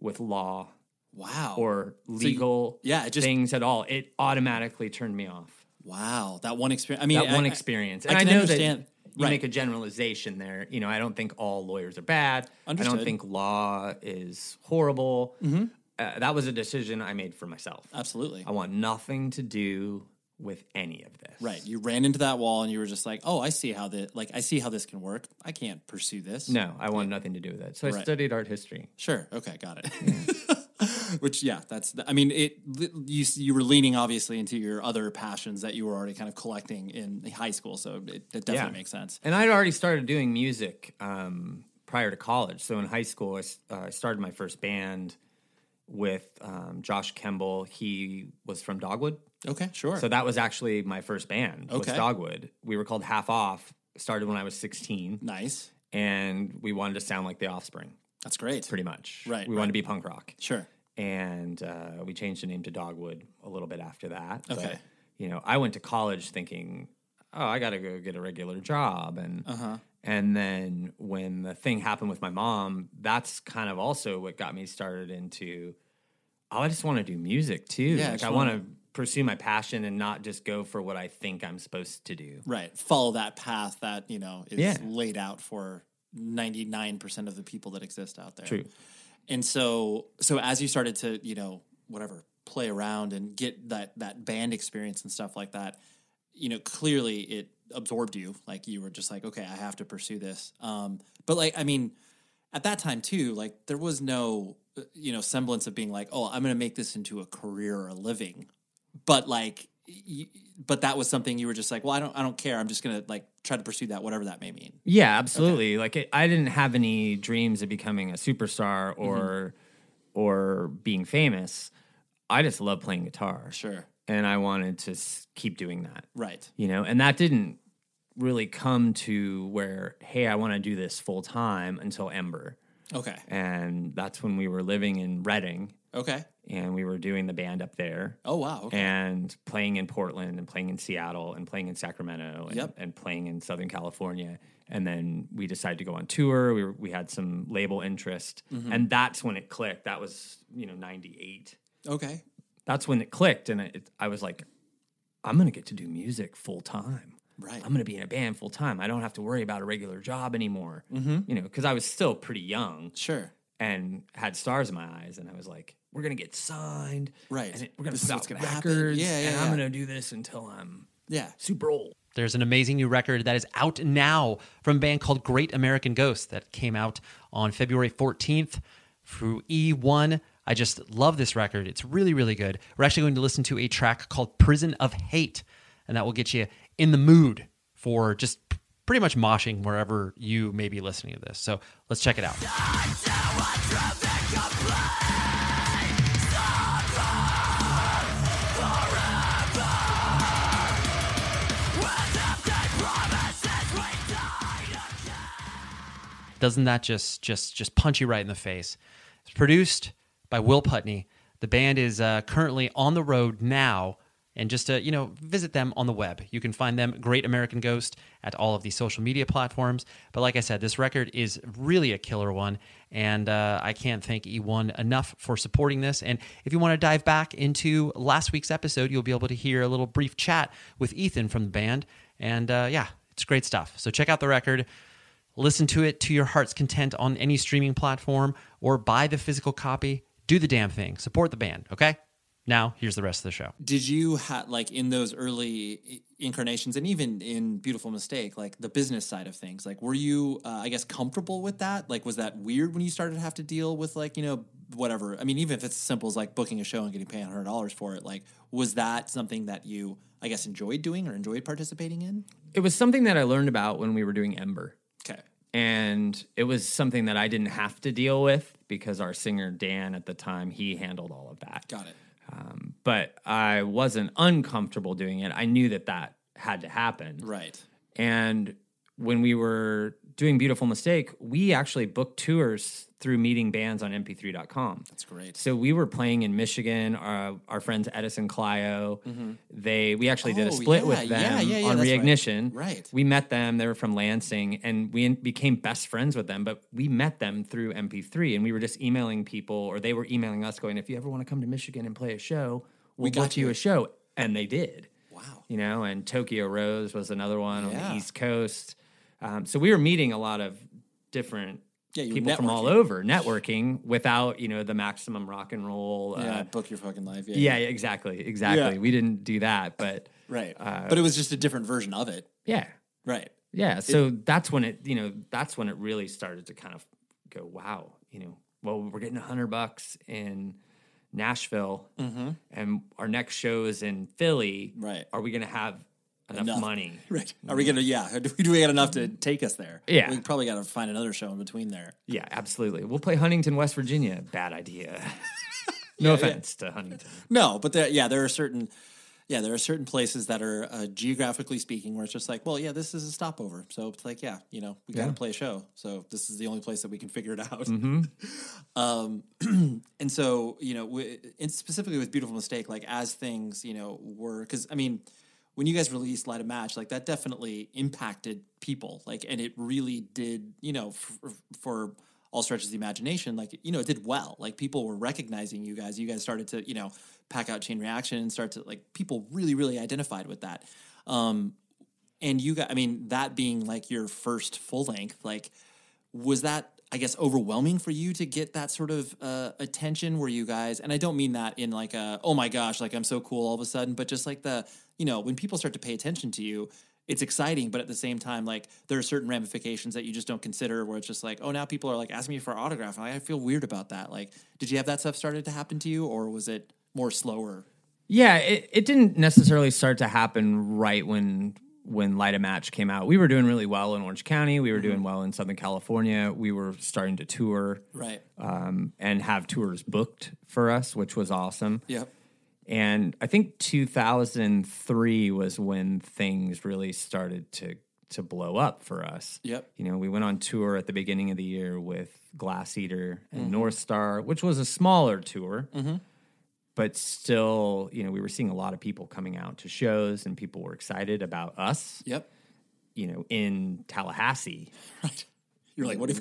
with law,
wow,
or
So you-
legal,
yeah, it just-
things at all. It automatically turned me off.
Wow, that one experience. I mean,
that
I-
one
I-
experience.
I
And I,
can
know
understand.
that you make a generalization there. You know, I don't think all lawyers are bad. I
Understood.
don't think law is horrible.
Mm-hmm.
Uh, that was a decision I made for myself.
Absolutely.
I want nothing to do with any of this.
Right. You ran into that wall and you were just like, "Oh, I see how the like I see how this can work. I can't pursue this."
No, I want nothing to do with it. So I
Right.
studied art history.
Sure. Okay. Got it. *laughs* Which, yeah, that's. I mean, it. You you were leaning obviously into your other passions that you were already kind of collecting in high school, so it, that definitely
Yeah.
makes sense.
And I'd already started doing music um, prior to college. So in high school, I, s- uh, I started my first band with um, Josh Kemble. He was from Dogwood.
Okay. Sure.
So that was actually my first band was
Okay.
Dogwood. We were called Half Off. Started when I was 16.
Nice.
And we wanted to sound like The Offspring.
That's great.
Pretty much.
Right,
We
right.
wanted to be punk rock.
Sure.
And uh, we changed the name to Dogwood a little bit after that. But,
Okay.
you know, I went to college thinking, oh, I got to go get a regular job and
Uh huh.
and then when the thing happened with my mom, that's kind of also what got me started into oh, I just want to do music too.
Yeah, I
like
just
I want
wanna-
to pursue my passion and not just go for what I think I'm supposed to do.
Right. Follow that path that you know is
Yeah.
laid out for ninety nine percent of the people that exist out there.
True.
And so, so as you started to, you know, whatever, play around and get that that band experience and stuff like that, you know, clearly it absorbed you. Like you were just like, okay, I have to pursue this. Um, but like, I mean, at that time too, like there was no, uh, you know, semblance of being like, oh, I'm going to make this into a career or a living. But like, y- but that was something you were just like, well, I don't, I don't care. I'm just going to like try to pursue that, whatever that may mean.
Yeah, absolutely. Like it, I didn't have any dreams of becoming a superstar or or being famous. I just love playing guitar.
Sure.
And I wanted to s- keep doing that.
Right.
you know and that didn't really come to where hey i want to do this full time until ember
Okay.
and that's when we were living in reading
Okay.
and we were doing the band up there
Oh wow. Okay.
and playing in portland and playing in seattle and playing in sacramento and,
Yep.
and playing in southern california and then we decided to go on tour we, were, we had some label interest
Mhm.
and that's when it clicked that was you know 98
Okay.
That's when it clicked, and it, it- I was like, I'm gonna get to do music full time.
Right.
I'm gonna be in a band full time. I don't have to worry about a regular job anymore.
Mhm.
You know, because I was still pretty young.
Sure.
And had stars in my eyes, and I was like, we're gonna get signed.
Right.
And it- we're gonna
This
put
is
out
what's gonna happen.
records.
Yeah, yeah,
And I'm
yeah.
gonna do this until I'm
Yeah.
super old.
There's an amazing new record that is out now from a band called Great American Ghost that came out on February 14th through E1. I just love this record. It's really, really good. We're actually going to listen to a track called Prison of Hate, and that will get you in the mood for just p- pretty much moshing wherever you may be listening to this. So let's check it out. doesn't that just just just punch you right in the face it's produced by will putney the band is uh, currently on the road now and just to you know visit them on the web you can find them great american ghost at all of the social media platforms but like i said this record is really a killer one and uh, i can't thank e1 enough for supporting this and if you want to dive back into last week's episode you'll be able to hear a little brief chat with ethan from the band and uh, yeah it's great stuff so check out the record Listen to it to your heart's content on any streaming platform or buy the physical copy. Do the damn thing. Support the band, okay? Now, here's the rest of the show.
Did you ha- like in those early i- incarnations, and even in Beautiful Mistake, like the business side of things? Like, were you, uh, I guess, comfortable with that? Like, was that weird when you started to have to deal with like you know whatever? I mean, even if it's as simple as like booking a show and getting paid hundred dollars for it, like, was that something that you, I guess, enjoyed doing or enjoyed participating in?
It was something that I learned about when we were doing Ember.
Okay.
And it was something that I didn't have to deal with because our singer Dan at the time, he handled all of that.
Got it.
Um, but I wasn't uncomfortable doing it. I knew that that had to happen.
Right.
And when we were doing Beautiful Mistake, we actually booked tours through meeting bands on mp3.com.
That's great.
So we were playing in Michigan. Our, our friends Edison Clio, they we actually did a
Mm-hmm. Oh,
split
yeah,
with them
yeah, yeah, yeah,
on
that's right.
Reignition.
Right.
We met them. They were from Lansing, and we in- became best friends with them. But we met them through MP3, and we were just emailing people, or they were emailing us, going, "If you ever want to come to Michigan and play a show, we'll
We got
book you
you."
a show." And they did.
Wow.
You know, and Tokyo Rose was another one on
Yeah.
the East Coast. Um, so we were meeting a lot of different
Yeah, you were
people from all
networking.
over networking without you know the maximum rock and roll.
yeah.
uh,
Book your fucking life.
yeah, yeah, exactly, exactly.
Yeah.
We didn't do that, but
Right.
Uh,
but it was just a different version of it.
yeah,
Right.
yeah. So that's when it, you know, that's when it really started to kind of go, wow, you know, well, we're getting a hundred bucks in Nashville,
Mm-hmm.
and our next show is in Philly.
Right.
Are we going to have enough,
Enough.
money?
Right. Are we gonna? Yeah. *laughs* Do we, do we got enough to take us there?
Yeah.
We probably got to find another show in between there.
Yeah, absolutely. We'll play Huntington, West Virginia. Bad idea. no offense to Huntington.
No, but there, yeah, there are certain. Yeah, there are certain places that are uh, geographically speaking where it's just like, well, yeah, this is a stopover. So it's like, yeah, you know, we got to
Yeah.
play a show. So this is the only place that we can figure it out.
hmm
Um, *clears throat* and so, you know, wi- and specifically with Beautiful Mistake, like as things, you know, were, because I mean, when you guys released Light a Match, like that definitely impacted people. Like, and it really did, you know, f- f- for all stretches of the imagination, like, you know, it did well. Like, people were recognizing you guys. You guys started to, you know, pack out Chain Reaction and start to, like, people really, really identified with that. Um, and you got, I mean, that being like your first full length, like, was that i guess overwhelming for you to get that sort of uh, attention where you guys and i don't mean that in like a oh my gosh like i'm so cool all of a sudden but just like the you know when people start to pay attention to you it's exciting but at the same time like there are certain ramifications that you just don't consider where it's just like oh now people are like asking me for an autograph and i feel weird about that like did you have that stuff started to happen to you or was it more slower
Yeah, it, it didn't necessarily start to happen right when when Light a Match came out. We were doing really well in Orange County. We were doing well in Southern California. We were starting to tour
right
um, and have tours booked for us, which was awesome.
yep
And I think 2003 was when things really started to to blow up for us.
yep
You know, we went on tour at the beginning of the year with Glass Eater and North Star, which was a smaller tour, but still, you know, we were seeing a lot of people coming out to shows and people were excited about us,
yep
you know, in Tallahassee.
right You're like, what if?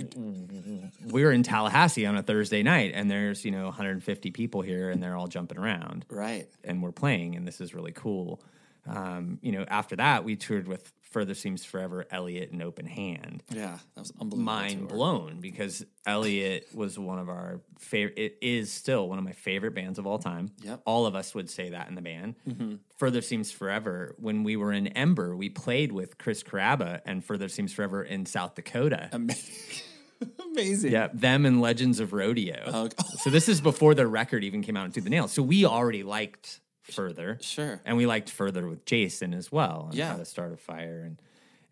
we're in Tallahassee on a Thursday night, and there's you know 150 people here, and they're all jumping around,
right?
And we're playing, and this is really cool. Um, you know, after that, we toured with Further Seems Forever, Elliot, and Open Hand.
Yeah, that was unbelievable.
Mind
tour.
blown because Elliot was one of our favorite. It is still one of my favorite bands of all time.
Yep.
all of us would say that in the band.
Mhm.
Further Seems Forever. When we were in Ember, we played with Chris Caraba and Further Seems Forever in South Dakota.
*laughs* Amazing. Oh,
Yeah, them and Legends of Rodeo.
*laughs*
so this is before their record even came out and through the nail. So we already liked Further.
Sure.
And we liked Further with Jason as well. And
Yeah.
How to Start a Fire and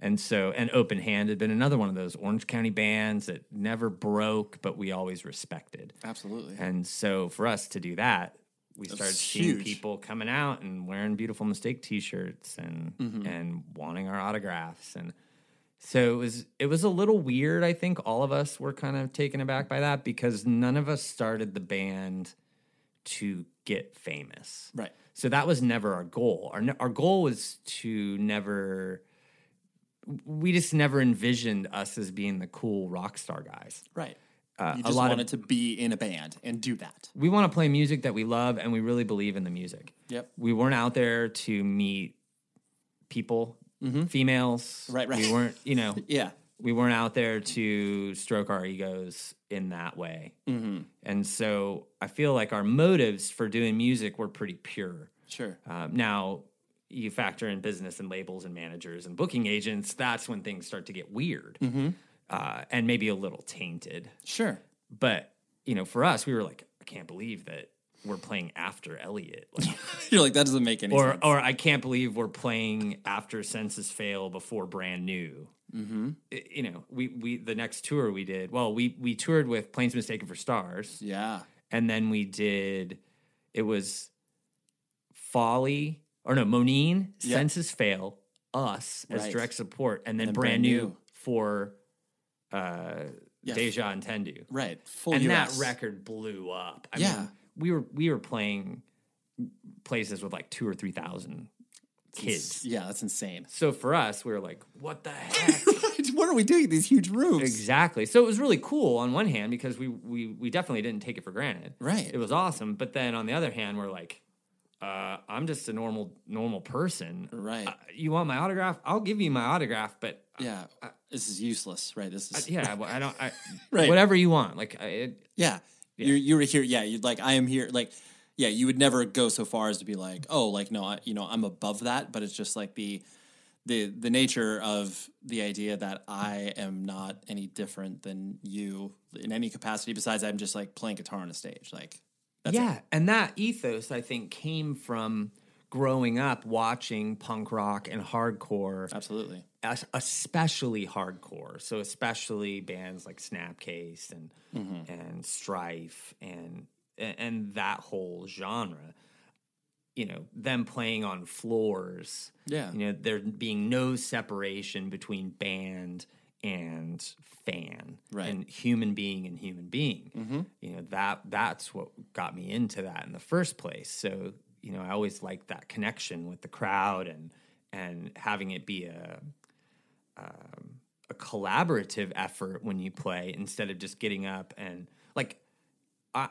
and so and Open Hand had been another one of those Orange County bands that never broke, but we always respected.
Absolutely.
And so for us to do that, we
That's
started seeing
huge.
people coming out and wearing beautiful mistake t-shirts and
Mhm.
and wanting our autographs and so it was it was a little weird, I think all of us were kind of taken aback by that because none of us started the band to get famous.
Right.
So that was never our goal. Our ne- our goal was to never we just never envisioned us as being the cool rock star guys.
Right.
Uh,
you
a
just
lot of
wanted to be in a band and do that.
we want to play music that we love and we really believe in the music.
Yep.
We weren't out there to meet people, females.
Mm-hmm. Right, right.
We weren't, you know,
*laughs* Yeah.
we weren't out there to stroke our egos in that way.
Mm-hmm.
And so I feel like our motives for doing music were pretty pure.
Sure.
Um, now, you factor in business and labels and managers and booking agents, that's when things start to get weird
Mm-hmm.
uh, and maybe a little tainted.
Sure.
But you know, for us, we were like, I can't believe that we're playing after
*laughs*
Elliot, like,
You're like, that doesn't make any
or
sense.
or I can't believe we're playing after Census Fail before Brand New.
mm-hmm.
I- You know, we we the next tour we did. Well, we we toured with Planes Mistaken for Stars,
Yeah.
and then we did. It was Folly or no Monine,
Yeah.
Census Fail, us as
Right.
direct support, and then
And
Brand,
Brand
New,
New.
for uh,
Yeah.
Deja and Tendu
Right. Full
and
US.
that record blew up. I
Yeah.
mean, we were we were playing places with like two or three thousand kids.
Yeah, that's insane.
So for us, we were like, what
*laughs*
the heck?
what are we doing? These huge rooms.
exactly. So it was really cool on one hand because we we we definitely didn't take it for granted.
Right.
It was awesome. But then on the other hand, we're like, uh, I'm just a normal normal person.
Right.
Uh, you want my autograph? I'll give you my autograph, but
yeah. this is useless. Right. This
uh,
is.
yeah, well, I don't. I,
*laughs* Right.
Whatever you want, like I- it,
Yeah. You're, you were here. Yeah. You'd like, I am here. Like, yeah, you would never go so far as to be like, oh, like, no, I, you know, I'm above that. But it's just like the, the, the nature of the idea that I am not any different than you in any capacity. Besides, I'm just like playing guitar on a stage. Like, that's
yeah, and that ethos I think came from growing up watching punk rock and hardcore,
absolutely.
es- especially hardcore. So especially bands like Snapcase and
Mhm.
and Strife and and that whole genre. You know, them playing on floors.
Yeah.
You know, there being no separation between band and fan
Right.
and human being and human being
Mhm.
you know that that's what got me into that in the first place so you know i always liked that connection with the crowd and and having it be a um, a collaborative effort when you play instead of just getting up and like i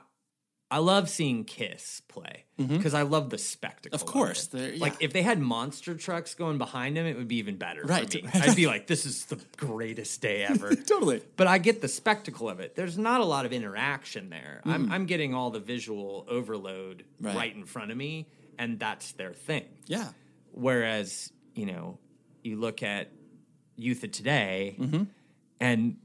i love seeing kiss play
Mhm.
because i love the spectacle
Of course,
of it.
they're-
like
yeah.
if they had monster trucks going behind them it would be even better
Right,
for me.
right.
i'd be like this is the greatest day ever
*laughs* Totally.
but I get the spectacle of it. There's not a lot of interaction there. I'm, I'm getting all the visual overload
Hmm. Right.
right. in front of me, and that's their thing.
Yeah.
Whereas, you know, you look at youth of today, and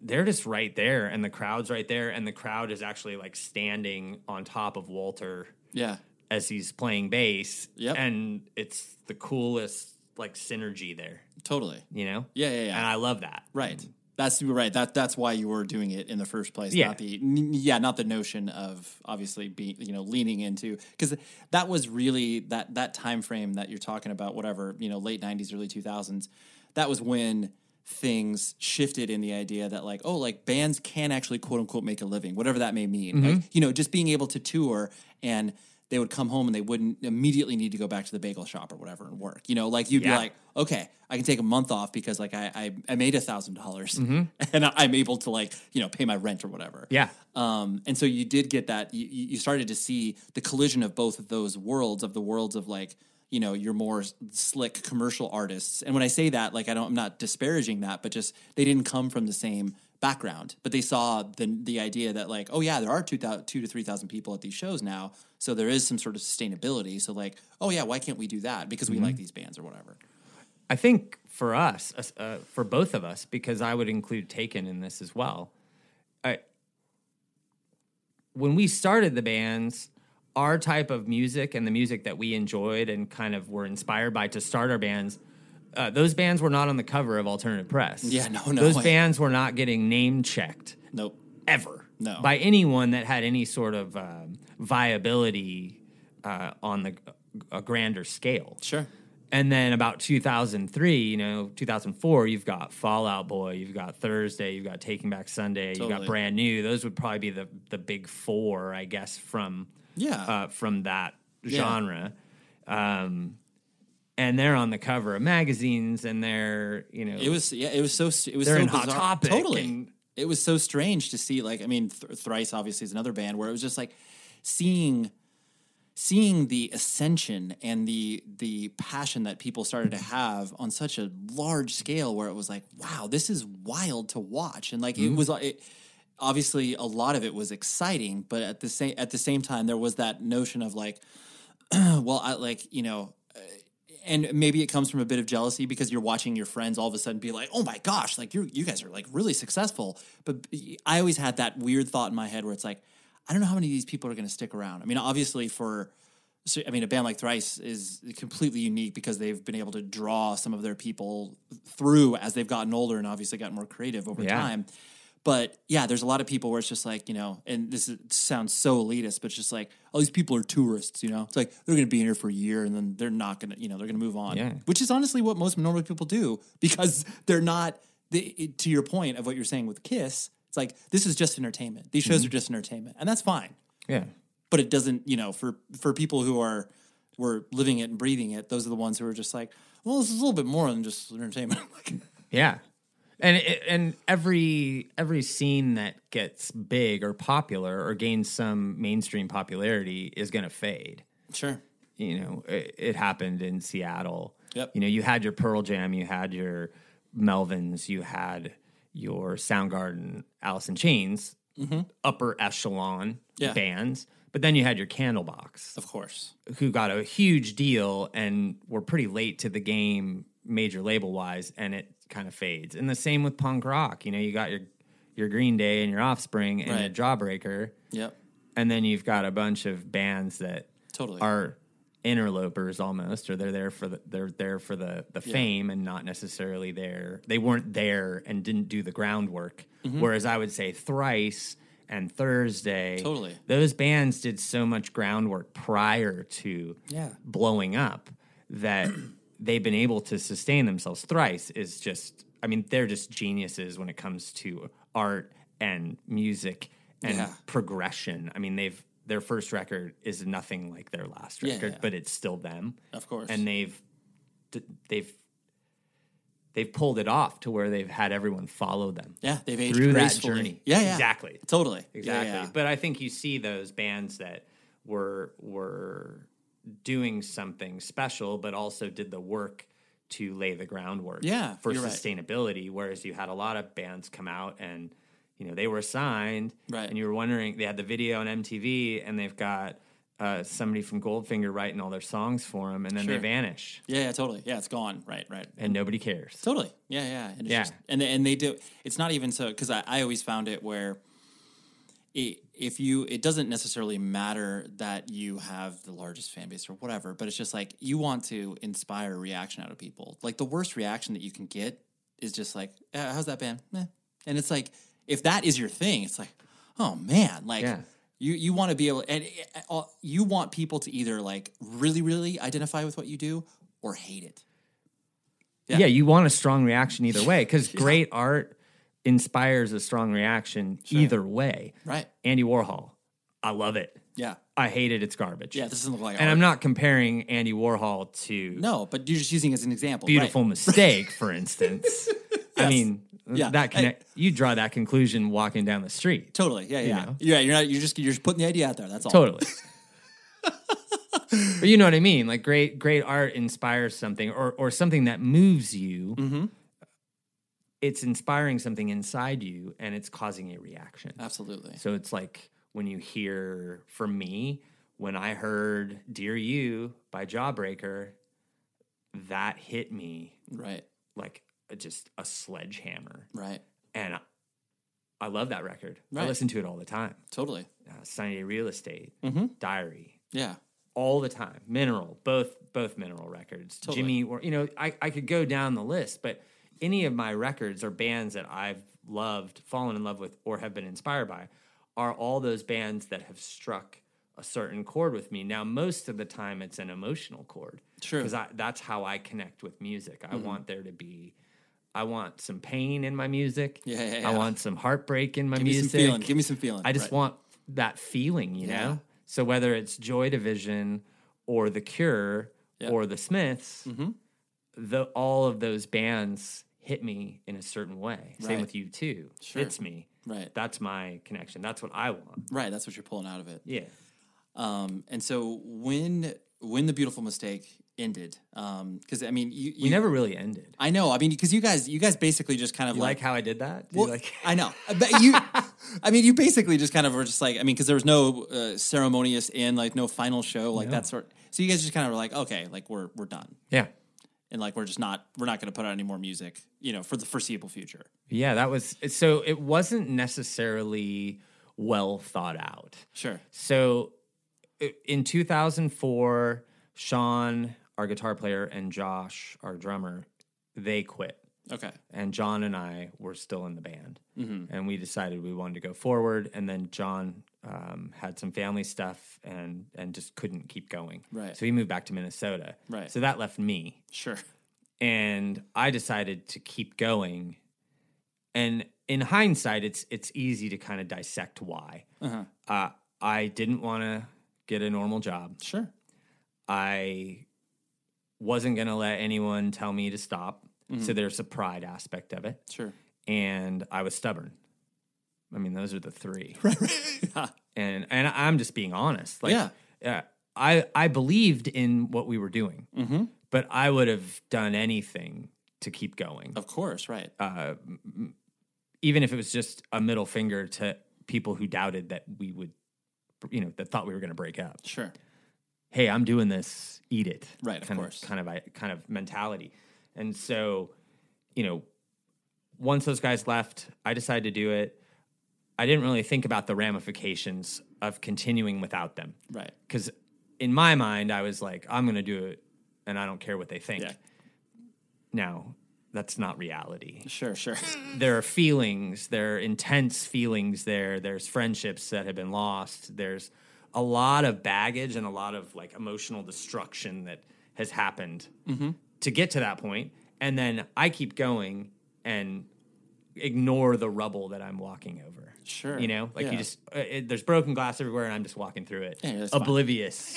they're just right there, and the crowd's right there, and the crowd is actually like standing on top of Walter
Yeah.
as he's playing bass.
Yep.
And it's the coolest like synergy there,
Totally.
you know?
Yeah. Yeah. Yeah.
And I love that.
Right. That's right. That that's why you were doing it in the first place.
Yeah.
Not the n- yeah, not the notion of obviously being you know leaning into because that was really that that time frame that you're talking about. Whatever you know, late '90s, early 2000s. That was when things shifted in the idea that like oh like
Mm-hmm.
bands can actually quote unquote make a living whatever that may mean like you know just being able to tour and they would come home and they wouldn't immediately need to go back to the bagel shop or whatever and work. You know, like you'd
Yeah.
be like, okay, I can take a month off because like I I, I made a thousand dollars
Mm-hmm.
Mhm.
*laughs* and I- I'm able to like you know pay my rent or whatever.
Yeah.
Um, and so you did get that. You, you you started to see the collision of both of those worlds of the worlds of like you know your more s- slick commercial artists. And when I say that, like I don't, I'm not disparaging that, but just they didn't come from the same background, but they saw the the idea that like oh yeah, there are two thou- two to three thousand people at these shows now, so there is some sort of sustainability. So like oh yeah, why can't we do that because we
Mhm.
like these bands or whatever.
I think for us, us- uh, for both of us, because I would include Taken in this as well. I, when we started the bands, our type of music and the music that we enjoyed and kind of were inspired by to start our bands, uh, those bands were not on the cover of alternative press.
Yeah, no, no
Those
way.
bands were not getting name checked.
Nope.
Ever.
No.
By anyone that had any sort of um, viability uh, on the a grander scale.
Sure.
And then about 2003, you know, 2004, you've got Fallout Boy, you've got Thursday, you've got Taking Back Sunday, you've
Totally.
got Brand New. Those would probably be the the big four, I guess, from
Yeah.
uh, from that
Yeah.
genre. Um, and they're on the cover of magazines, and they're you know,
It was yeah, it was so it was
they're
so
in
bizarre.
Hot Topic,
Totally,
and-
it was so strange to see. Like, I mean, Th- Thrice obviously is another band where it was just like seeing seeing the ascension and the the passion that people started to have on such a large scale where it was like wow this is wild to watch and like it
Mhm.
was uh, it, obviously a lot of it was exciting but at the same at the same time there was that notion of like *clears throat* well I like you know uh, and maybe it comes from a bit of jealousy because you're watching your friends all of a sudden be like, "Oh my gosh, like you you guys are like really successful." But I always had that weird thought in my head where it's like, I don't know how many of these people are going to stick around. I mean, obviously for so, I mean, a band like Thrice is completely unique because they've been able to draw some of their people through as they've gotten older and obviously gotten more creative over
Yeah.
time. But yeah, there's a lot of people where it's just like, you know, and this is, sounds so elitist, but it's just like, all these people are tourists, you know? It's like, they're going to be here for a year and then they're not going to, you know, they're going to move on.
Yeah.
Which is honestly what most normal people do *laughs* because they're not, they, it- to your point of what you're saying with Kiss, it's like, this is just entertainment. These shows
Mhm.
are just entertainment. And that's fine
yeah,
but it doesn't you know for for people who are were living it and breathing it those are the ones who are just like well this is a little bit more than just entertainment *laughs* like
Yeah. And it- and every every scene that gets big or popular or gains some mainstream popularity is going to fade.
Sure.
You know, it, it happened in Seattle.
Yep.
You know, you had your Pearl Jam, you had your Melvins, you had your Soundgarden, Alice in Chains,
Mhm.
upper echelon
Yeah.
bands, but then you had your Candlebox,
of course,
who got a huge deal and were pretty late to the game, major label wise, and it kind of fades. And the same with punk rock. You know, you got your your Green Day and your Offspring and your
Right.
Jawbreaker,
yep
and then you've got a bunch of bands that
Totally.
are interlopers almost, or they're there for the they're there for the the
Yeah.
fame and not necessarily there. They weren't there and didn't do the groundwork.
Mhm.
Whereas I would say thrice and Thursday,
Totally.
those bands did so much groundwork prior to
Yeah.
blowing up that *clears throat* they've been able to sustain themselves. Thrice is just, I mean, they're just geniuses when it comes to art and music and
Yeah.
progression. I mean, they've their first record is nothing like their last
Yeah,
record,
yeah.
but it's still them,
of course
and they've d- they've they've pulled it off to where they've had everyone follow them.
yeah they've aged
through
gracefully
that journey.
yeah yeah
exactly,
totally Yeah,
exactly.
yeah.
But I think you see those bands that were were doing something special, but also did the work to lay the groundwork.
Yeah,
for
you're right.
sustainability. Whereas you had a lot of bands come out and you know they were signed,
Right.
And you were wondering they had the video on MTV, and they've got. Uh, somebody from Goldfinger writing all their songs for them, and then they
Sure.
vanish,
yeah yeah totally yeah it's gone right right
and nobody cares.
Totally. Yeah, yeah. And it's
Yeah.
Just, and they- and they do. It's not even so because I, I always found it where i if you it doesn't necessarily matter that you have the largest fan base or whatever, but it's just like you want to inspire reaction out of people. Like the worst reaction that you can get is just like, "Uh, "How's that band?" Meh. And it's like if that is your thing, it's like, oh man, like.
Yeah.
You, you want to be able and uh, uh, you want people to either like really really identify with what you do or hate it.
yeah. you want a strong reaction either way
*laughs*
because great art inspires a strong reaction either way.
Right.
Andy Warhol, I love it.
Yeah.
I hate it. It's garbage.
Yeah, this doesn't look like
And
art.
I'm not comparing Andy Warhol to
No, but you're just using it as an example.
Beautiful
right. *laughs*
Mistake, for instance. I mean,
Yeah.
that connect, you draw that conclusion walking down the street.
Totally. Yeah,
You
yeah.
know?
Yeah, you're not you're just you're just putting the idea out there. That's all.
Uh, Totally. but you know what I mean? Like great great art inspires something or or something that moves you.
Mm-hmm.
It's inspiring something inside you and it's causing a reaction.
Absolutely.
So it's like when you hear for me, when I heard Dear You by Jawbreaker, that hit me
right
like a- just a sledgehammer.
Right.
And I, I love that record.
Right.
I listen to it all the time.
Totally.
Uh, Sunny Day Real Estate,
Mhm.
Diary,
Yeah.
all the time. Mineral, both both mineral records.
Totally.
Jimmy, or you know, I, I could go down the list, but any of my records or bands that I've loved, fallen in love with, or have been inspired by, are all those bands that have struck a certain chord with me. Now, most of the time, it's an emotional chord,
Sure.
because that's how I connect with music. I
Mhm.
want there to be. I want some pain in my music.
Yeah, yeah, yeah.
I want some heartbreak in my
Give me some
music.
feeling. Give me some feeling.
I just
Right.
want that feeling, you
Yeah.
know? So whether it's Joy Division or The Cure
Yeah. Mm-hmm.
or The Smiths, the, all of those bands hit me in a certain way.
Right.
Same with you too.
Sure.
Hits me.
Right.
That's my connection. That's what I want.
Right. That's what you're pulling out of it.
Yeah.
Um, and so when when the beautiful mistake ended, um, because I mean, you, you
We never really ended.
I know. I mean, because you guys, you guys basically just kind of
You
like,
like how I did that? Do you
Well,
like-
I know, but
*laughs*
you. I mean, you basically just kind of were just like, I mean, because there was no uh, ceremonious end, like no final show, like that sort. So you guys just kind of were like, okay, like we're we're done,
yeah.
and like we're just not we're not going to put out any more music, you know, for the foreseeable future.
Yeah, that was so it wasn't necessarily well thought out.
Sure.
So i- in 2004, Sean, our guitar player, and Josh, our drummer, they quit.
Okay.
And John and I were still in the band.
Mhm.
And we decided we wanted to go forward. And then John um, had some family stuff and, and just couldn't keep going.
Right.
So he moved back to Minnesota.
Right.
So that left me
Sure.
and I decided to keep going. And in hindsight, it's it's easy to kind of dissect why.
Uh-huh.
Uh, I didn't want to get a normal job.
Sure.
I wasn't going to let anyone tell me to stop.
Mhm.
So there's a pride aspect of it.
Sure.
And I was stubborn. I mean, those are the three. Right.
*laughs*
*laughs* and and I'm just being honest. Like,
Yeah.
yeah, I I believed in what we were doing
Mm-hmm.
but I would have done anything to keep going.
Of course. Right.
Uh, m- m- even if it was just a middle finger to people who doubted that we would, you know, that thought we were going to break up.
Sure.
Hey, I'm doing this. Eat it.
Right, of
kind
course.
Kind of I- kind of mentality. And so, you know, once those guys left, I decided to do it. I didn't really think about the ramifications of continuing without them
Right.
because in my mind i was like i'm going to do it and i don't care what they think
Yeah.
now that's not reality
Sure. Sure.
there are feelings there are intense feelings there there's friendships that have been lost there's a lot of baggage and a lot of like emotional destruction that has happened
Mm-hmm.
to get to that point and then i keep going and ignore the rubble that i'm walking over
Sure.
you know like
Yeah.
you just uh, it, there's broken glass everywhere and i'm just walking through it
Yeah, that's fine. *laughs*
oblivious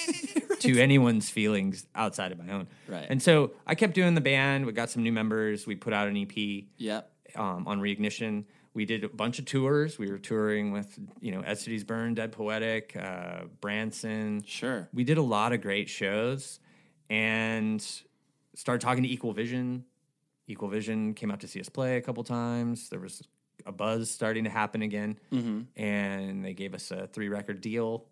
to anyone's feelings outside of my own
Right.
and so i kept doing the band we got some new members we put out an ep
Yep.
um, on reignition we did a bunch of tours we were touring with you know as cities burn dead poetic uh, branson
Sure.
we did a lot of great shows and started talking to equal vision equal vision came out to see us play a couple times there was a buzz starting to happen again
Mm-hmm.
and they gave us a three record deal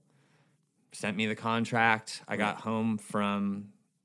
sent me the contract i got home from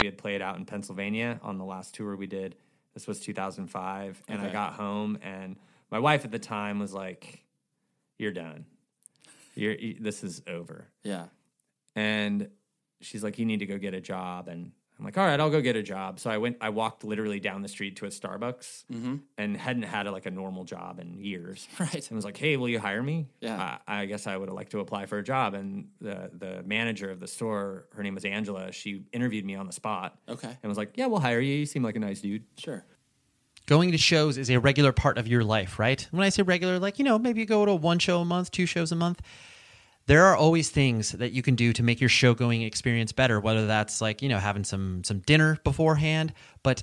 we had played out in Pennsylvania on the last tour we did. This was 2005, and I
Okay.
got home, and my wife at the time was like, "You're done. You're you- this is over."
Yeah.
And she's like, "You need to go get a job." And I'm like, "All right, I'll go get a job." So I went. I walked literally down the street to a Starbucks
Mhm.
and hadn't had like a normal job in years.
*laughs* Right.
And was like, "Hey, will you hire me?"
Yeah.
I, I guess I would have liked to apply for a job. And the the manager of the store, her name was Angela. She interviewed me on the spot.
Okay.
And was like, "Yeah, we'll hire you. You seem like a nice dude."
Sure.
Going to shows is a regular part of your life, right? When I say regular, like, you know, maybe you go to one show a month, two shows a month. There are always things that you can do to make your show going experience better, whether that's like, you know, having some some dinner beforehand, but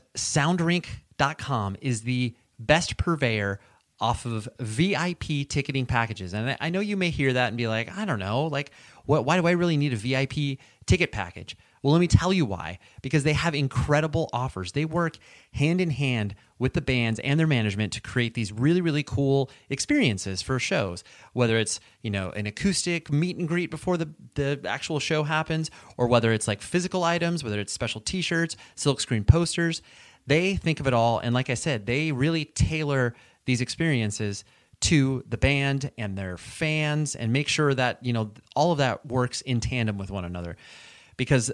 soundrink.com is the best purveyor off of VIP ticketing packages. And I- I know you may hear that and be like, I don't know, like what why do I really need a VIP ticket package? Well, let me tell you why. Because they have incredible offers. They work hand in hand with the bands and their management to create these really, really cool experiences for shows. Whether it's, you know, an acoustic meet and greet before the, the actual show happens, or whether it's like physical items, whether it's special t shirts, silkscreen posters. They think of it all. And like I said, they really tailor these experiences to the band and their fans and make sure that you know all of that works in tandem with one another because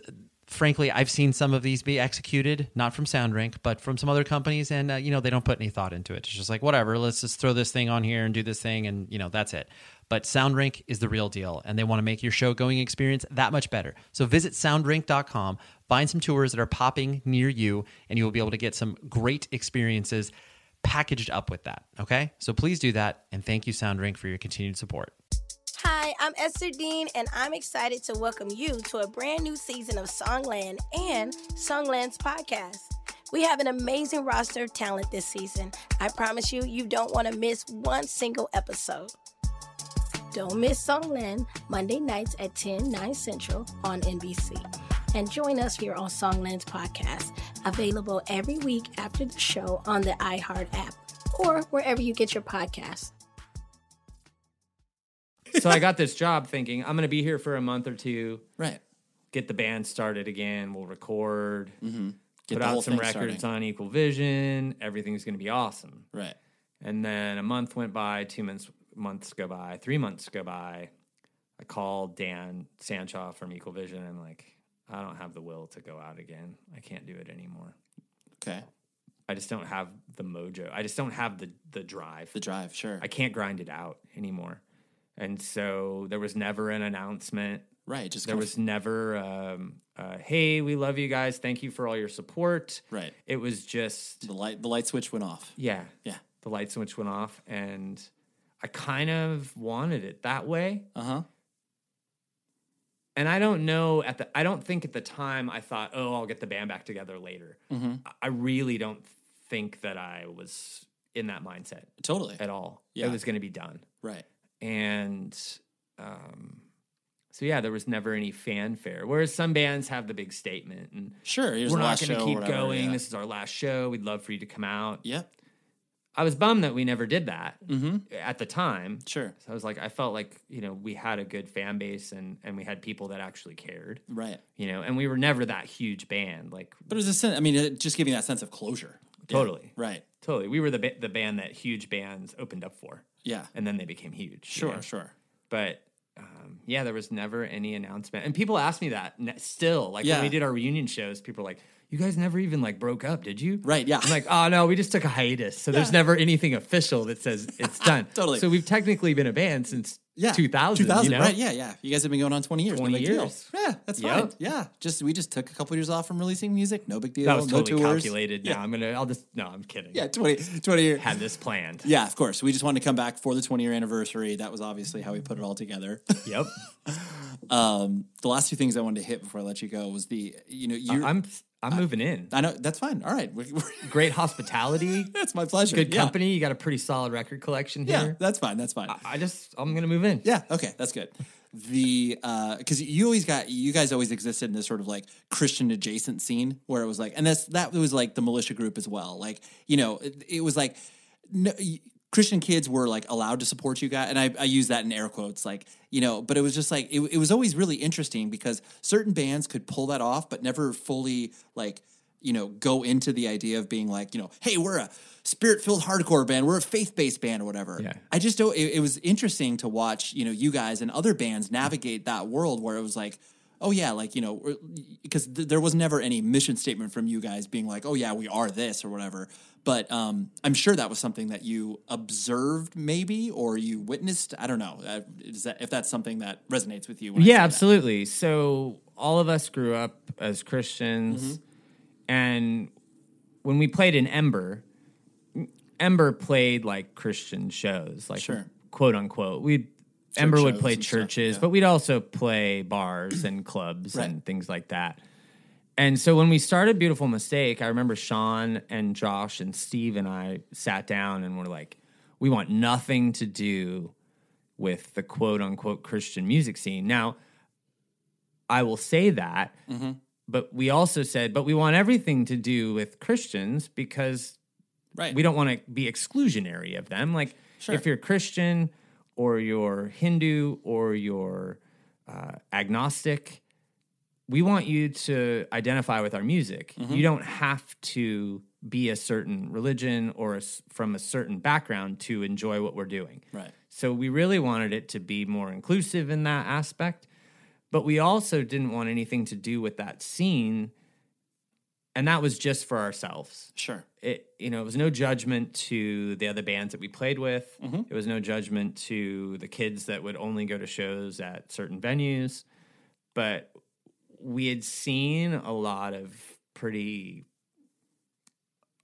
frankly i've seen some of these be executed not from soundrink but from some other companies and uh, you know they don't put any thought into it it's just like whatever let's just throw this thing on here and do this thing and you know that's it but soundrink is the real deal and they want to make your show going experience that much better so visit soundrink.com find some tours that are popping near you and you will be able to get some great experiences packaged up with that. Okay. So please do that. And thank you, SoundRink, for your continued support.
Hi, I'm Esther Dean, and I'm excited to welcome you to a brand new season of Songland and Songland's podcast. We have an amazing roster of talent this season. I promise you, you don't want to miss one single episode. Don't miss Songland Monday nights at 10, 9 central on NBC. And join us here on Songland's podcast, available every week after the show on the iHeart app or wherever you get your podcasts.
so I got this job thinking I'm going to be here for a month or two.
Right.
Get the band started again. We'll record.
Mm-hmm. Get
put
the whole
out some
thing
records
starting.
on Equal Vision. Everything's going to be awesome.
Right.
And then a month went by. Two months months go by. Three months go by. I called Dan Sanchoff from Equal Vision. and I'm like, I don't have the will to go out again. I can't do it anymore.
Okay.
I just don't have the mojo. I just don't have the the drive. The
drive, sure.
I can't grind it out anymore. And so there was never an announcement.
Right, just
there
kind of-
was never um, uh, hey, we love you guys. Thank you for all your support.
Right.
It was just
the light the light switch went off.
Yeah.
Yeah.
The light switch went off and I kind of wanted it that way.
Uh-huh.
And I don't know at the I don't think at the time I thought, "Oh, I'll get the band back together later."
Mm-hmm.
I- I really don't think that I was in that mindset.
Totally.
At all.
Yeah.
It was going to be done.
Right.
And um, so, yeah, there was never any fanfare. Whereas some bands have the big statement and
Sure, here's
we're
the
not
last
going
show
to
or
keep
whatever,
going.
yeah.
This is our last show. We'd love for you to come out.
Yep.
I was bummed that we never did that at the time.
Sure.
So I was like, I felt like you know we had a good fan base and and we had people that actually cared.
Right.
You know, and we were never that huge band. Like
But it was a sense. I mean, it just giving that sense of closure. Yeah.
totally,
Right.
totally. We were the ba- the band that huge bands opened up for.
Yeah.
and then they became huge. you
Sure,
know?
sure.
But um, yeah, there was never any announcement, and people ask me that ne- still. Like
Yeah.
when we did our reunion shows, people are like, "You guys never even like broke up, did you?"
Right. Yeah.
I'm like, "Oh no, we just took a hiatus, so there's
Yeah.
never anything official that says it's done."
*laughs* Totally.
So we've technically been a band since
Yeah.
2000.
2000,
you know?
right. Yeah, yeah. You guys have been going on 20 years. no
20
big deal.
years.
Yeah, that's
Yep.
fine. Yeah. Just we just took a couple years off from releasing music. No big deal.
That was totally
no tours.
calculated. Yeah, I'm gonna. I'll just. No, I'm kidding.
Yeah, 20, 20 years.
Had this planned.
Yeah, of course. We just wanted to come back for the 20 year anniversary. That was obviously how we put it all together.
Yep.
*laughs* um, the last two things I wanted to hit before I let you go was the, you know, you
I'm I'm moving in.
I know that's fine. All right. *laughs* We- we're-
Great hospitality.
that's my pleasure.
Good
Yeah.
company. You got a pretty solid record collection here.
Yeah, that's fine. That's fine. I,
just I'm gonna move in.
Yeah, okay, that's good. The because you always got you guys always existed in this sort of like Christian adjacent scene where it was like, and that's that was like the militia group as well. Like you know, it, it was like no, y- Christian kids were like allowed to support you guys, and I, I use that in air quotes, like you know. But it was just like it, it was always really interesting because certain bands could pull that off, but never fully like you know go into the idea of being like you know, hey, we're a spirit filled hardcore band, we're a faith based band or whatever.
Yeah.
I just don't. It, it was interesting to watch you know you guys and other bands navigate that world where it was like. Oh yeah, like you know, because th- there was never any mission statement from you guys being like, "Oh yeah, we are this" or whatever but um, I'm sure that was something that you observed, maybe, or you witnessed. I don't know. Uh, Is that if that's something that resonates with you? when I
yeah,
say
absolutely. So all of us grew up as Christians,
Mm-hmm.
and when we played in Ember, Ember played like Christian shows, like
Sure.
quote unquote. We Ember would
shows
play
and stuff,
churches,
yeah.
but we'd also play bars and clubs
Right.
and things like that. And so when we started Beautiful Mistake, I remember Sean and Josh and Steve and I sat down and were like, we want nothing to do with the quote unquote Christian music scene. Now, I will say that,
Mhm.
but we also said, but we want everything to do with Christians because
Right.
we don't want to be exclusionary of them. Like
Sure.
if you're Christian or you're Hindu or you're uh, agnostic, we want you to identify with our music.
Mhm.
You don't have to be a certain religion or a s from a certain background to enjoy what we're doing.
that. right?
So we really wanted it to be more inclusive in that aspect, but we also didn't want anything to do with that scene. And that was just for ourselves.
Sure.
It you know, it was no judgment to the other bands that we played with.
Mhm.
It was no judgment to the kids that would only go to shows at certain venues. But we had seen a lot of pretty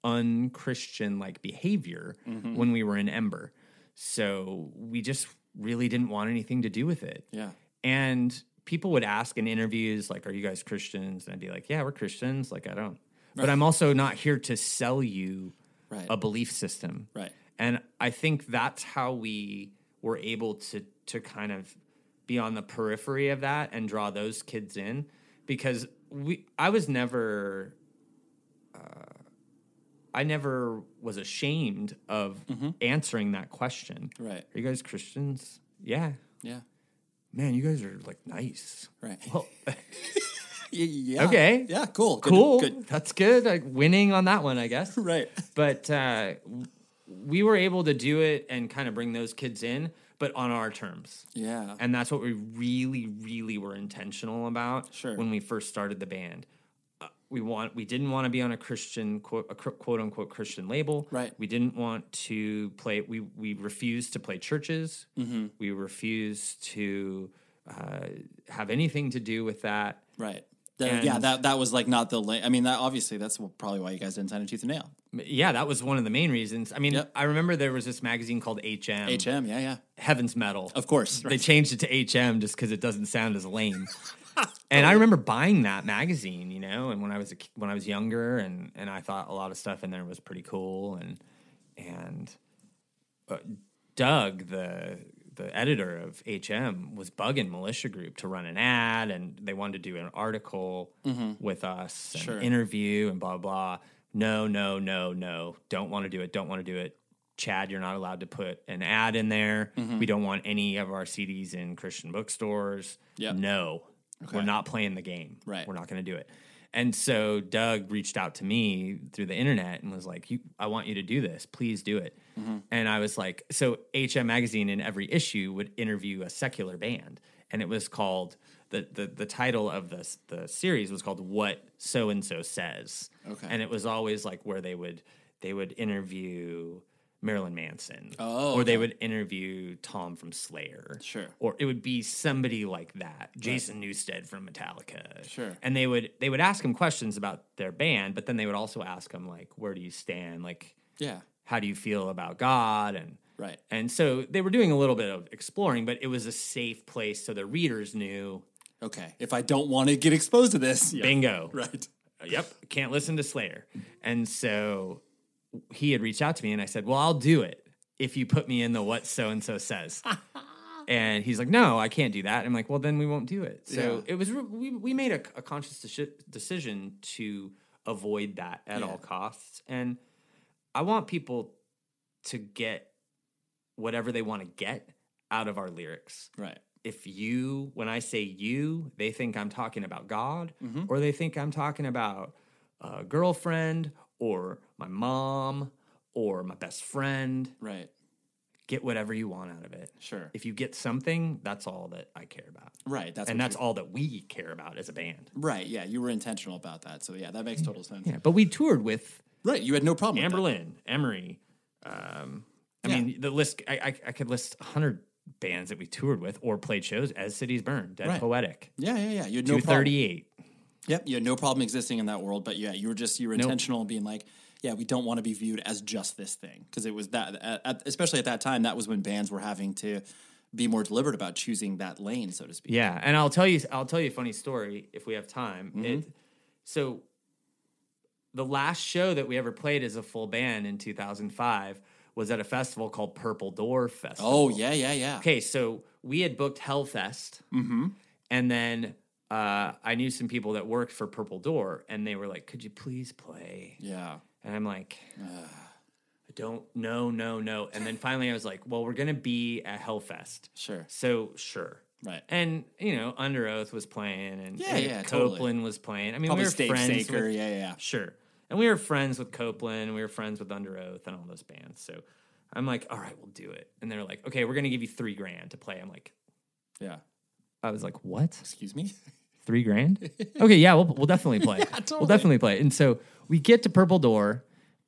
unchristian like behavior
Mhm.
when we were in Ember. So we just really didn't want anything to do with it.
Yeah.
And people would ask in interviews, like, are you guys Christians? And I'd be like, yeah, we're Christians. Like, I don't. But
Right.
I'm also not here to sell you
Right.
a belief system.
Right.
And I think that's how we were able to to kind of be on the periphery of that and draw those kids in because we I was never uh, I never was ashamed of answering that question.
Mm-hmm. Right.
Are you guys Christians? Yeah.
Yeah.
Man, you guys are like nice.
Right.
Well, *laughs*
Y- *laughs* yeah.
Okay.
Yeah. Cool. Good-
cool.
Good.
That's good. Like winning on that one, I guess.
*laughs* Right.
But uh, w- we were able to do it and kind of bring those kids in, but on our terms.
Yeah.
And that's what we really, really were intentional about
Sure.
when we first started the band. Uh, we want we didn't want to be on a Christian quote a cr- quote unquote Christian label.
Right.
We didn't want to play. We we refused to play churches.
Mhm.
We refused to uh, have anything to do with that.
Right. That- yeah.
And-
That that was like not the. La- I mean, that obviously that's probably why you guys didn't sign a tooth and nail.
Yeah, that was one of the main reasons. I mean, I remember there was this magazine called HM.
HM. Yeah. Yeah.
Heaven's Metal.
Of course.
They changed it to HM just because it doesn't sound as
*laughs*
lame. and I remember buying that magazine, you know, and when I was a, ki- when I was younger, and and I thought a lot of stuff in there was pretty cool, and and uh, Doug the the editor of HM was bugging Militia Group to run an ad, and they wanted to do an article
Mhm.
with us, and
Sure.
interview, and blah blah. No, no, no, no! Don't want to do it. Don't want to do it. Chad, you're not allowed to put an ad in there. We don't want any of our CDs in Christian bookstores. No, we're not playing the game. Right. We're not going to do it. And so Doug reached out to me through the internet and was like, you, I want you to do this. Please do it.
Mm-hmm.
And I was like, so HM magazine in every issue would interview a secular band, and it was called the the, the title of the the series was called What So and So Says.
Okay.
and it was always like where they would they would interview Marilyn Manson,
Oh,
or they
okay.
would interview Tom from Slayer,
Sure.
or it would be somebody like that, Jason Newsted from Metallica,
Sure.
and they would they would ask him questions about their band, but then they would also ask him like, where do you stand, like
Yeah.
how do you feel about God and
Right.
and so they were doing a little bit of exploring, but it was a safe place so the readers knew
Okay. If I don't want to get exposed to this, yeah.
bingo. Uh,
Right.
Yep. Can't listen to Slayer. And so he had reached out to me and I said, Well, I'll do it if you put me in the what so and so
*laughs*
says. and he's like, No, I can't do that. I'm like, Well, then we won't do it. So
Yeah.
it was, re- we, we made a, a conscious deci- decision to avoid that at all costs. And I want people to get whatever they want to get out of our lyrics.
Right.
If you, when I say you, they think I'm talking about God
Mhm.
or they think I'm talking about a girlfriend or my mom or my best friend.
Right.
Get whatever you want out of it.
Sure.
If you get something, that's all that I care about.
Right. That's
and
what
that's
you-
all that we care about as a band.
Right. Yeah. You were intentional about that. So yeah, that makes total sense.
Yeah, but we toured with
right. You had no problem.
Amberlin, Emery. Um, I mean, the list. I, I I could list hundred bands that we toured with or played shows as cities burn, Dead
Right.
poetic.
Yeah. Yeah. Yeah. You had no
Two
problem.
thirty eight.
Yep. You had no problem existing in that world, but yeah, you were just you were
Nope.
intentional in being like, yeah, we don't want to be viewed as just this thing because it was that, at, at- especially at that time, that was when bands were having to be more deliberate about choosing that lane, so to speak.
Yeah, and I'll tell you, I'll tell you a funny story if we have time.
Mm-hmm.
It, so, the last show that we ever played as a full band in 2005 was at a festival called Purple Door Festival.
Oh yeah, yeah, yeah.
Okay, so we had booked Hellfest,
Mm-hmm.
and then uh, I knew some people that worked for Purple Door, and they were like, "Could you please play?"
Yeah.
And I'm like, I don't, no, no, no. And then finally I was like, well, we're going to be at Hellfest.
Sure.
So, sure.
Right.
And, you know, Under Oath was playing and,
Yeah,
and
yeah, totally.
Copeland was playing. I mean,
Probably
we were
Steve
friends.
Saker,
with-
yeah, yeah.
Sure. And we were friends with Copeland. We were friends with Under Oath and all those bands. So I'm like, all right, we'll do it. And they're like, okay, we're going to give you three grand to play. I'm like,
Yeah.
I was like, what?
Excuse me.
Three
*laughs*
grand? okay, yeah, we'll, we'll definitely play. We'll
totally.
definitely play. And so we get to Purple Door,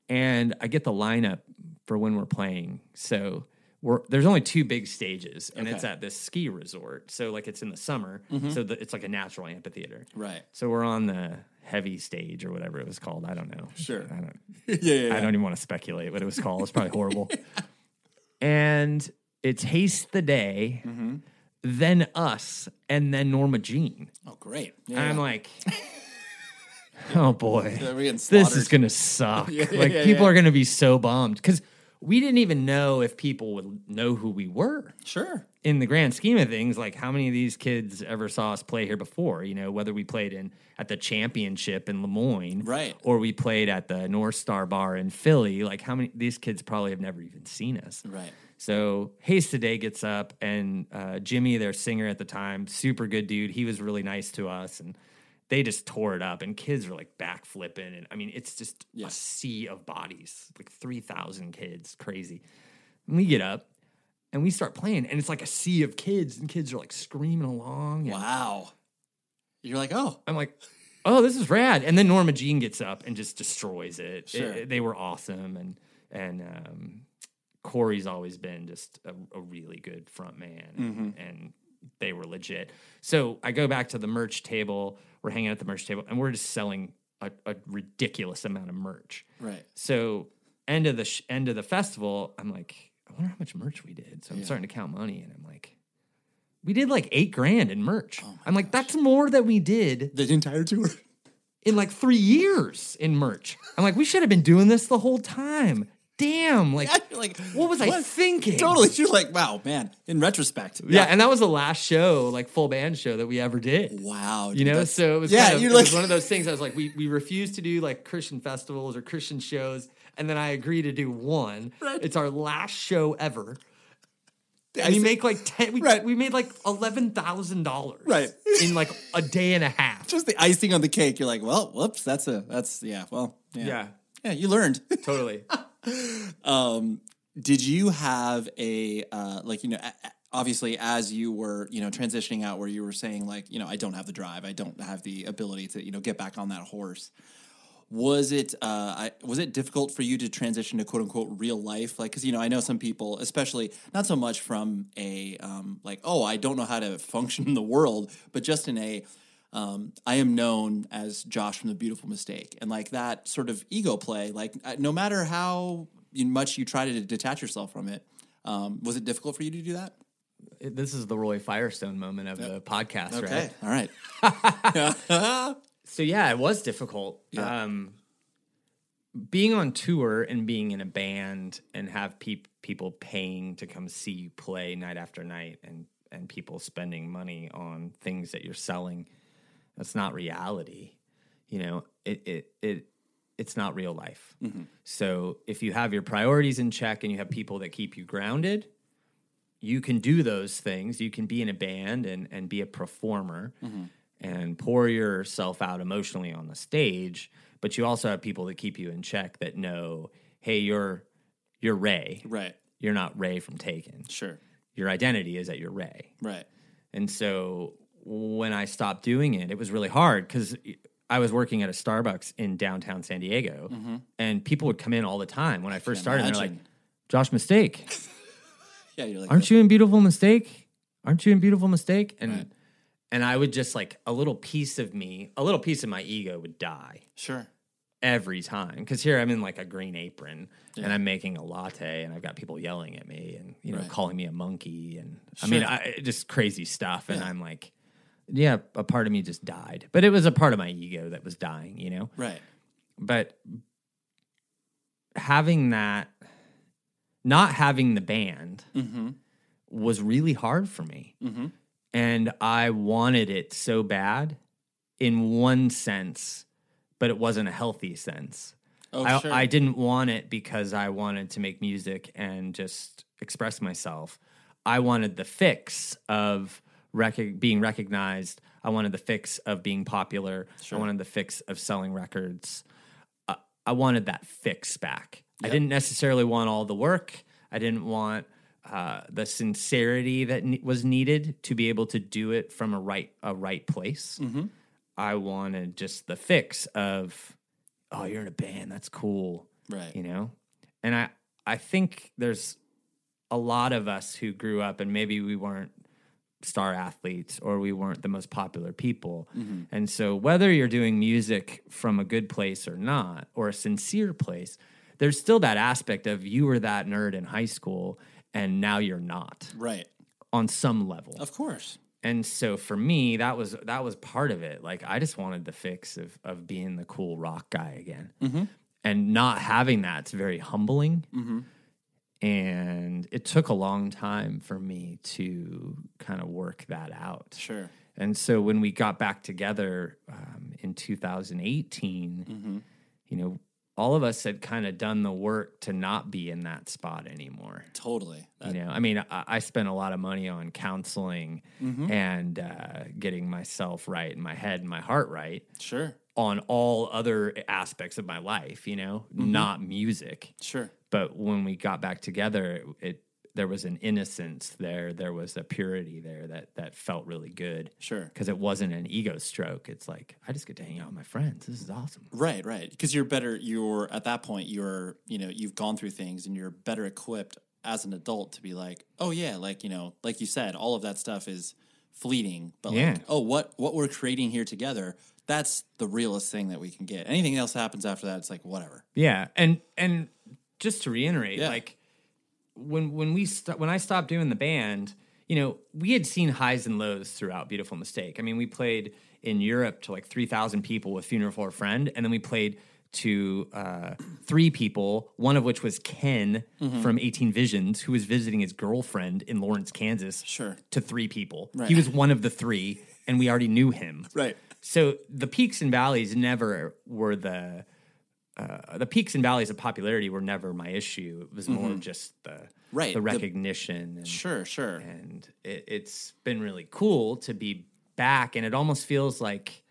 and I get the lineup for when we're playing. So we're there's only two big stages, and it's
Okay.
at this ski resort. So like it's in the summer,
Mhm.
so the, it's like a natural amphitheater.
Right.
So we're on the heavy stage or whatever it was called. I don't know.
Sure.
I don't.
*laughs* Yeah, yeah, yeah.
I don't even want to speculate what it was called. It's probably horrible. *laughs* and it's Haste the Day,
Mm-hmm.
then us, and then Norma Jean.
Oh, great.
And I'm
Yeah.
like, *laughs* oh boy,
Yeah, we're getting
this is
slaughtered.
gonna suck.
*laughs* Yeah,
like
yeah,
people
yeah.
are gonna be so bummed because we didn't even know if people would know who we were.
Sure.
In the grand scheme of things, like how many of these kids ever saw us play here before? You know, whether we played in at the championship in Lemoyne,
Right.
or we played at the North Star Bar in Philly. Like how many these kids probably have never even seen us.
Right.
So Hayes today gets up and uh, Jimmy, their singer at the time, super good dude. He was really nice to us, and they just tore it up. And kids were like back flipping, and I mean, it's just a sea of bodies, like three thousand kids, crazy. And we get up and we start playing, and it's like a sea of kids, and kids are like screaming along.
wow. You're like, oh,
I'm like, oh, this is rad. And then Norma Jean gets up and just destroys it. It-
Sure.
it- they were awesome, and and um, Corey's always been just a, a really good front man, and, and they were legit. So I go back to the merch table. We're hanging at the merch table, and we're just selling a, a ridiculous amount of merch.
Right.
So end of the sh- end of the festival, I'm like, I wonder how much merch we did. So I'm
Yeah.
starting to count money, and I'm like, we did like eight grand in merch. I'm like, that's more than we did
Oh the entire tour
in like three years in merch. I'm like, we should have been doing this the whole time. Damn, like,
like
what was I
what?
thinking?
Totally. You're like, wow, man. In retrospect,
Yeah, and that was the last show, like full band show that we ever did.
Wow,
you
dude,
know,
that's-
so it was
Yeah,
kind of,
you're
it was
like-
one of those things. I was like, we we refuse to do like Christian festivals or Christian shows and then I agree to do one.
Right.
It's our last show ever.
I
And we
see.
make like ten. We, we made like eleven thousand dollars.
Right.
In like a day and a half.
Just the icing on the cake. You're like, well, whoops, that's a that's yeah, well, yeah.
Yeah.
Yeah, you learned. *laughs*
Totally.
um did you have a uh like you know a- a- obviously as you were you know transitioning out where you were saying like you know I don't have the drive, I don't have the ability to you know get back on that horse. Was it uh, I, was it difficult for you to transition to quote unquote real life? Like, because you know, I know some people, especially not so much from a um, like, oh, I don't know how to function *laughs* in the world, but just in a um, I am known as Josh from the Beautiful Mistake, and like that sort of ego play, like uh, no matter how you- much you try to detach yourself from it, um, was it difficult for you to do that?
It- This is the Roy Firestone moment of the podcast,
Okay,
right? All right. *laughs* so yeah, it was difficult. Um, being on tour and being in a band and have peop people paying to come see you play night after night and and people spending money on things that you're selling, that's not reality. You know, it it it it's not real life.
Mm-hmm.
So if you have your priorities in check and you have people that keep you grounded, you can do those things. You can be in a band and and be a performer
Mm-hmm.
and pour yourself out emotionally on the stage, but you also have people that keep you in check that know, hey, you're you're Ray.
Right.
You're not Ray from Taken.
Sure.
Your identity is that you're Ray.
Right.
And so when I stopped doing it, it was really hard because I was working at a Starbucks in downtown San Diego
Mhm.
and people would come in all the time when I first started. And they're like,
imagine.
Josh Mistake,
*laughs* Yeah, you're like,
aren't you in Beautiful Mistake? Aren't you in Beautiful Mistake? And and I would just like a little piece of me, a little piece of my ego would die.
Sure.
Every time. Because here I'm in like a green apron and
Yeah.
I'm making a latte and I've got people yelling at me and, you know,
Right.
calling me a monkey and I
Sure.
mean, I, just crazy stuff. And
Yeah.
I'm like, yeah, a part of me just died. But it was a part of my ego that was dying, you know?
Right.
But having that, not having the band
Mm-hmm.
was really hard for me.
Mm-hmm.
And I wanted it so bad in one sense, but it wasn't a healthy sense.
Oh,
I,
sure.
I didn't want it because I wanted to make music and just express myself. I wanted the fix of rec- being recognized. I wanted the fix of being popular.
Sure.
I wanted the fix of selling records. I, I wanted that fix back.
Yep.
I didn't necessarily want all the work. I didn't want uh, the sincerity that ne- was needed to be able to do it from a right a right place.
Mhm.
I wanted just the fix of oh you're in a band that's cool
Right.
you know and i i think there's a lot of us who grew up and maybe we weren't star athletes or we weren't the most popular people
Mhm.
and so whether you're doing music from a good place or not or a sincere place there's still that aspect of you were that nerd in high school and now you're not
Right.
on some level
Of course.
and so for me that was that was part of it like i just wanted the fix of of being the cool rock guy again
Mm-hmm.
and not having that's very humbling
Mm-hmm.
and it took a long time for me to kind of work that out
Sure.
and so when we got back together um, in 2018
Mm-hmm.
you know all of us had kind of done the work to not be in that spot anymore
Totally.
you know i mean I, I spent a lot of money on counseling
Mhm.
and uh, getting myself right and my head and my heart right
Sure.
on all other aspects of my life you know
Mhm.
not music
Sure.
but when we got back together it there was an innocence there there was a purity there that that felt really good
Sure.
because it wasn't an ego stroke it's like i just get to hang out with my friends this is awesome
Right, right. Because you're better. You're at that point. You're you know you've gone through things and you're better equipped as an adult to be like, oh yeah, like you know, like you said, all of that stuff is fleeting. But
Yeah.
like, oh, what what we're creating here together, that's the realest thing that we can get. Anything else happens after that, it's like whatever.
Yeah, and and just to reiterate,
Yeah.
like when when we st- when I stopped doing the band, you know, we had seen highs and lows throughout Beautiful Mistake. I mean, we played in Europe to like three thousand people with Funeral for a Friend, and then we played to uh, three people, one of which was Ken
Mhm.
from Eighteen Visions, who was visiting his girlfriend in Lawrence, Kansas.
Sure,
to three people,
Right.
he was one of the three, and we already knew him.
Right.
So the peaks and valleys never were the uh, the peaks and valleys of popularity were never my issue. It was more
Mhm.
just the
Right,
the
the-
recognition. and,
sure, sure.
And it, it's been really cool to be back, and it almost feels like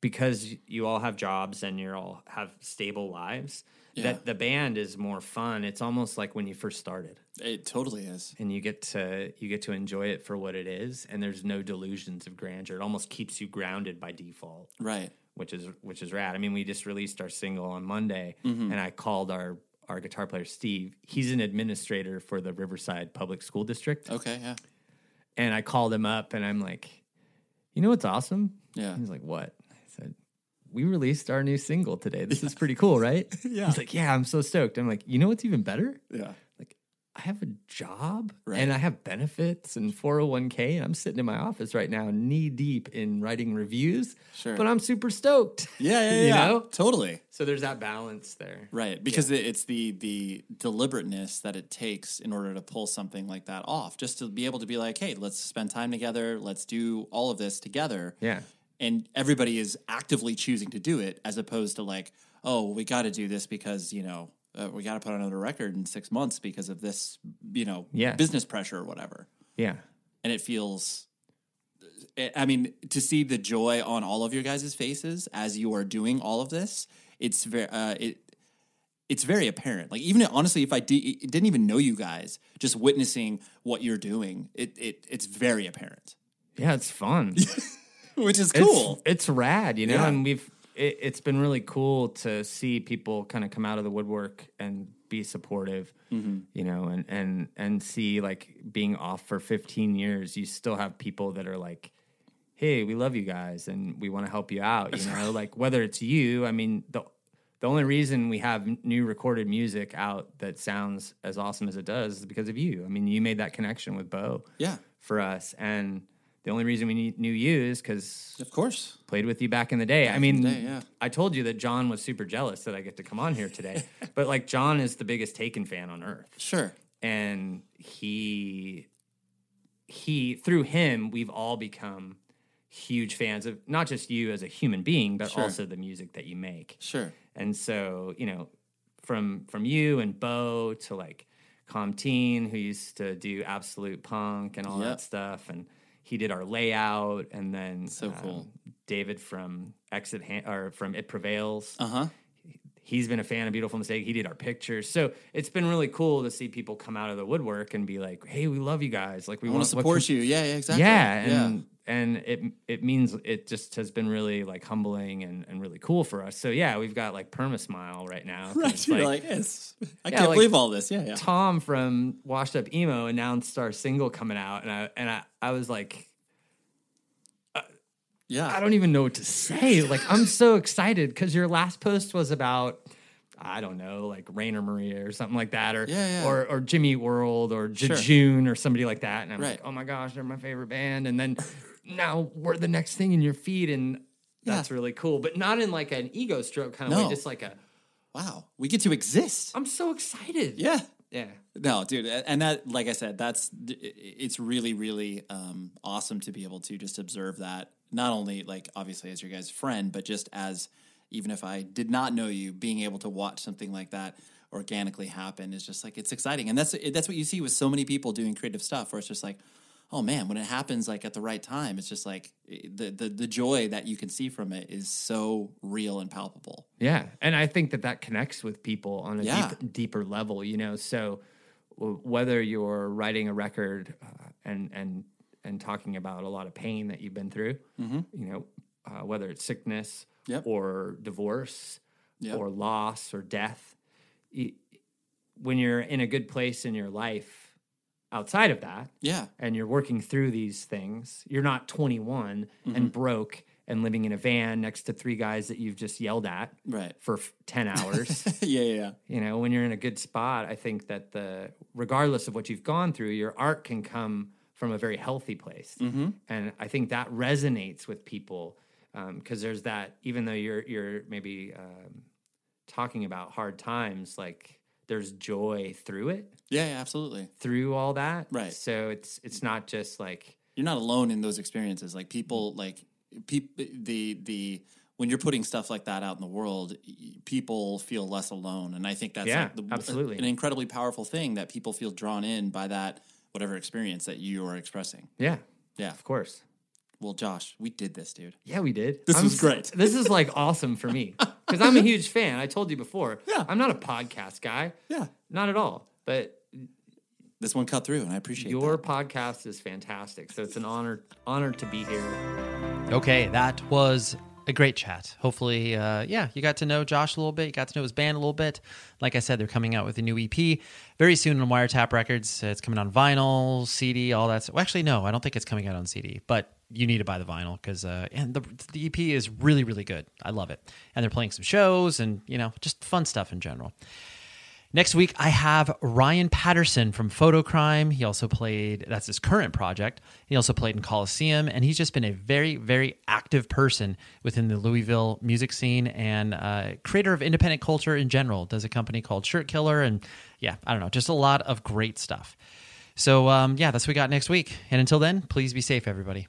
because you all have jobs and you all have stable lives.
Yeah.
That the band is more fun. It's almost like when you first started.
It totally is,
and you get to you get to enjoy it for what it is, and there's no delusions of grandeur. It almost keeps you grounded by default
Right.
which is which is rad. I mean, we just released our single on Monday,
Mhm.
and I called our our guitar player Steve. He's an administrator for the Riverside Public School District.
Okay, yeah.
And I called him up, and I'm like, "You know what's awesome?"
Yeah.
He's like, "What?" I said, "We released our new single today. This is pretty cool, right?"
*laughs* yeah.
He's like, "Yeah, I'm so stoked." I'm like, "You know what's even better?
Yeah.
I have a job
Right.
and I have benefits and 401k, and I'm sitting in my office right now, knee deep in writing reviews.
Sure.
But I'm super stoked. *laughs*
Yeah, yeah,
you
yeah.
know?
Totally.
So there's that balance there.
Right, because it, it's the the deliberateness that it takes in order to pull something like that off. Just to be able to be like, hey, let's spend time together. Let's do all of this together.
Yeah.
and everybody is actively choosing to do it as opposed to like oh we got to do this because you know uh, we got to put out another record in six months because of this you know
Yeah.
business pressure or whatever
Yeah.
and it feels eh, I- i mean to see the joy on all of your guys' faces as you are doing all of this it's very uh, it it's very apparent like even honestly if i di- eh, didn't even know you guys just witnessing what you're doing it, it it's very apparent
Yeah, it's *laughs* fun.
which is
It's-
cool
It's, rad, you know,
Yeah.
and we've it, it's been really cool to see people kind of come out of the woodwork and be supportive,
Mhm.
you know, and and and see like being off for 15 years, you still have people that are like, hey, we love you guys and we want to help you out, you
*laughs*
know, like whether it's you, I mean the the only reason we have n- new recorded music out that sounds as awesome as it does is because of you. I mean, you made that connection with Bo
yeah
for us. And the only reason we knew- knew you is because,
of course,
played with you back in the day. I
in the
mean,
day, yeah.
I told you that John was super jealous that I get to come on here today, but like John is the biggest Taken fan on earth,
sure
and he he through him we've all become huge fans of not just you as a human being, but
Sure.
also the music that you make.
sure
And so, you know, from from you and Bo to like Comtine, who used to do Absolute Punk and all
Yep.
that stuff, and he did our layout, and then um,
So cool.
David from Exit Han- or from It Prevails.
uh-huh
He's been a fan of Beautiful Mistake. He did our pictures, so it's been really cool to see people come out of the woodwork and be like, "Hey, we love you guys! Like, we
I want to
what
support
can-
you. Yeah, yeah, exactly.
yeah, and and it it means it just has been really like humbling and, and really cool for us. So yeah, we've got like Permasmile right now. 'cause
right.
it's
*laughs* You're like, yes, I can't believe all this. Yeah, yeah.
Tom from Washed Up Emo announced our single coming out, and I and I, I was like,
yeah,
I don't even know what to say. Like I'm so excited because your last post was about. I don't know, like Rainer Maria or something like that, or
Yeah, yeah.
or or Jimmy Eat World or
Sure.
Jejune or somebody like that, and I'm
Right.
like, oh my gosh, they're my favorite band, and then now we're the next thing in your feed, and that's really cool, but not in like an ego stroke kind of
No.
way, just like a
wow, we get to exist.
I'm so excited.
Yeah,
yeah,
no, dude, a- and that, like I said, that's i- i- it's really, really um, awesome to be able to just observe that. Not only like obviously as your guys' friend, but just as even if I did not know you, being able to watch something like that organically happen is just like it's exciting, and that's that's what you see with so many people doing creative stuff, where it's just like. oh man, when it happens like at the right time, it's just like it- the the the joy that you can see from it is so real and palpable.
yeah, and I think that that connects with people on a
Yeah.
deep, deeper level, you know. So w- whether you're writing a record uh, and and and talking about a lot of pain that you've been through,
Mhm.
you know, uh, whether it's sickness
Yep.
or divorce
Yep.
or loss or death, y- when you're in a good place in your life outside of that,
Yeah.
and you're working through these things, you're not 21
Mm-hmm.
and broke and living in a van next to three guys that you've just yelled at
right.
for f- 10 hours.
*laughs* yeah, yeah, yeah.
you know, when you're in a good spot, I think that the regardless of what you've gone through, your art can come from a very healthy place
Mhm.
and I think that resonates with people because there's that even though you're you're maybe um, talking about hard times, like there's joy through it,
Yeah, yeah, absolutely.
through all that.
Right.
So it's it's not just like
You're not alone in those experiences. Like people like people the the when you're putting stuff like that out in the world, y- people feel less alone, and I think that's
Yeah,
like the,
absolutely.
an incredibly powerful thing that people feel drawn in by that whatever experience that you are expressing.
Yeah.
Yeah,
of course.
Well, Josh, we did this, dude.
Yeah, we did.
This
I'm
was
s-
great.
This is like awesome for
*laughs*
me because I'm a huge fan. I told you before. Yeah. I'm not a podcast guy.
Yeah.
Not at all. But
this one cut through, and I appreciate
your podcast is fantastic. So it's an honor honor to be here.
Okay, that was a great chat. Hopefully, uh, yeah, you got to know Josh a little bit. You got to know his band a little bit. Like I said, they're coming out with a new EP very soon on Wiretap Records. Uh, It's coming on vinyl, CD, all that. stuff. Well, actually, no, I don't think it's coming out on CD, but you need to buy the vinyl because uh, and the, the EP is really, really good. I love it. And they're playing some shows and, you know, just fun stuff in general. Next week, I have Ryan Patterson from Photocrime. He also played, that's his current project. He also played in Coliseum, and he's just been a very, very active person within the Louisville music scene and uh, creator of independent culture in general. Does a company called Shirt Killer, and yeah, I don't know, just a lot of great stuff. So, um, yeah, that's what we got next week. And until then, please be safe, everybody.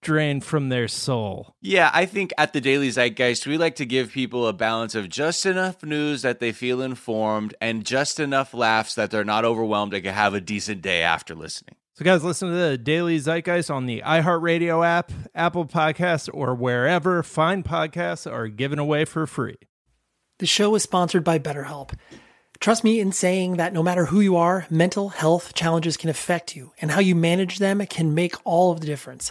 drained from their soul.
Yeah, I think at the Daily Zeitgeist, we like to give people a balance of just enough news that they feel informed and just enough laughs that they're not overwhelmed and can have a decent day after listening.
So, guys, listen to the Daily Zeitgeist on the iHeartRadio app, Apple Podcasts, or wherever fine podcasts are given away for free.
The show is sponsored by BetterHelp. Trust me in saying that no matter who you are, mental health challenges can affect you, and how you manage them can make all of the difference.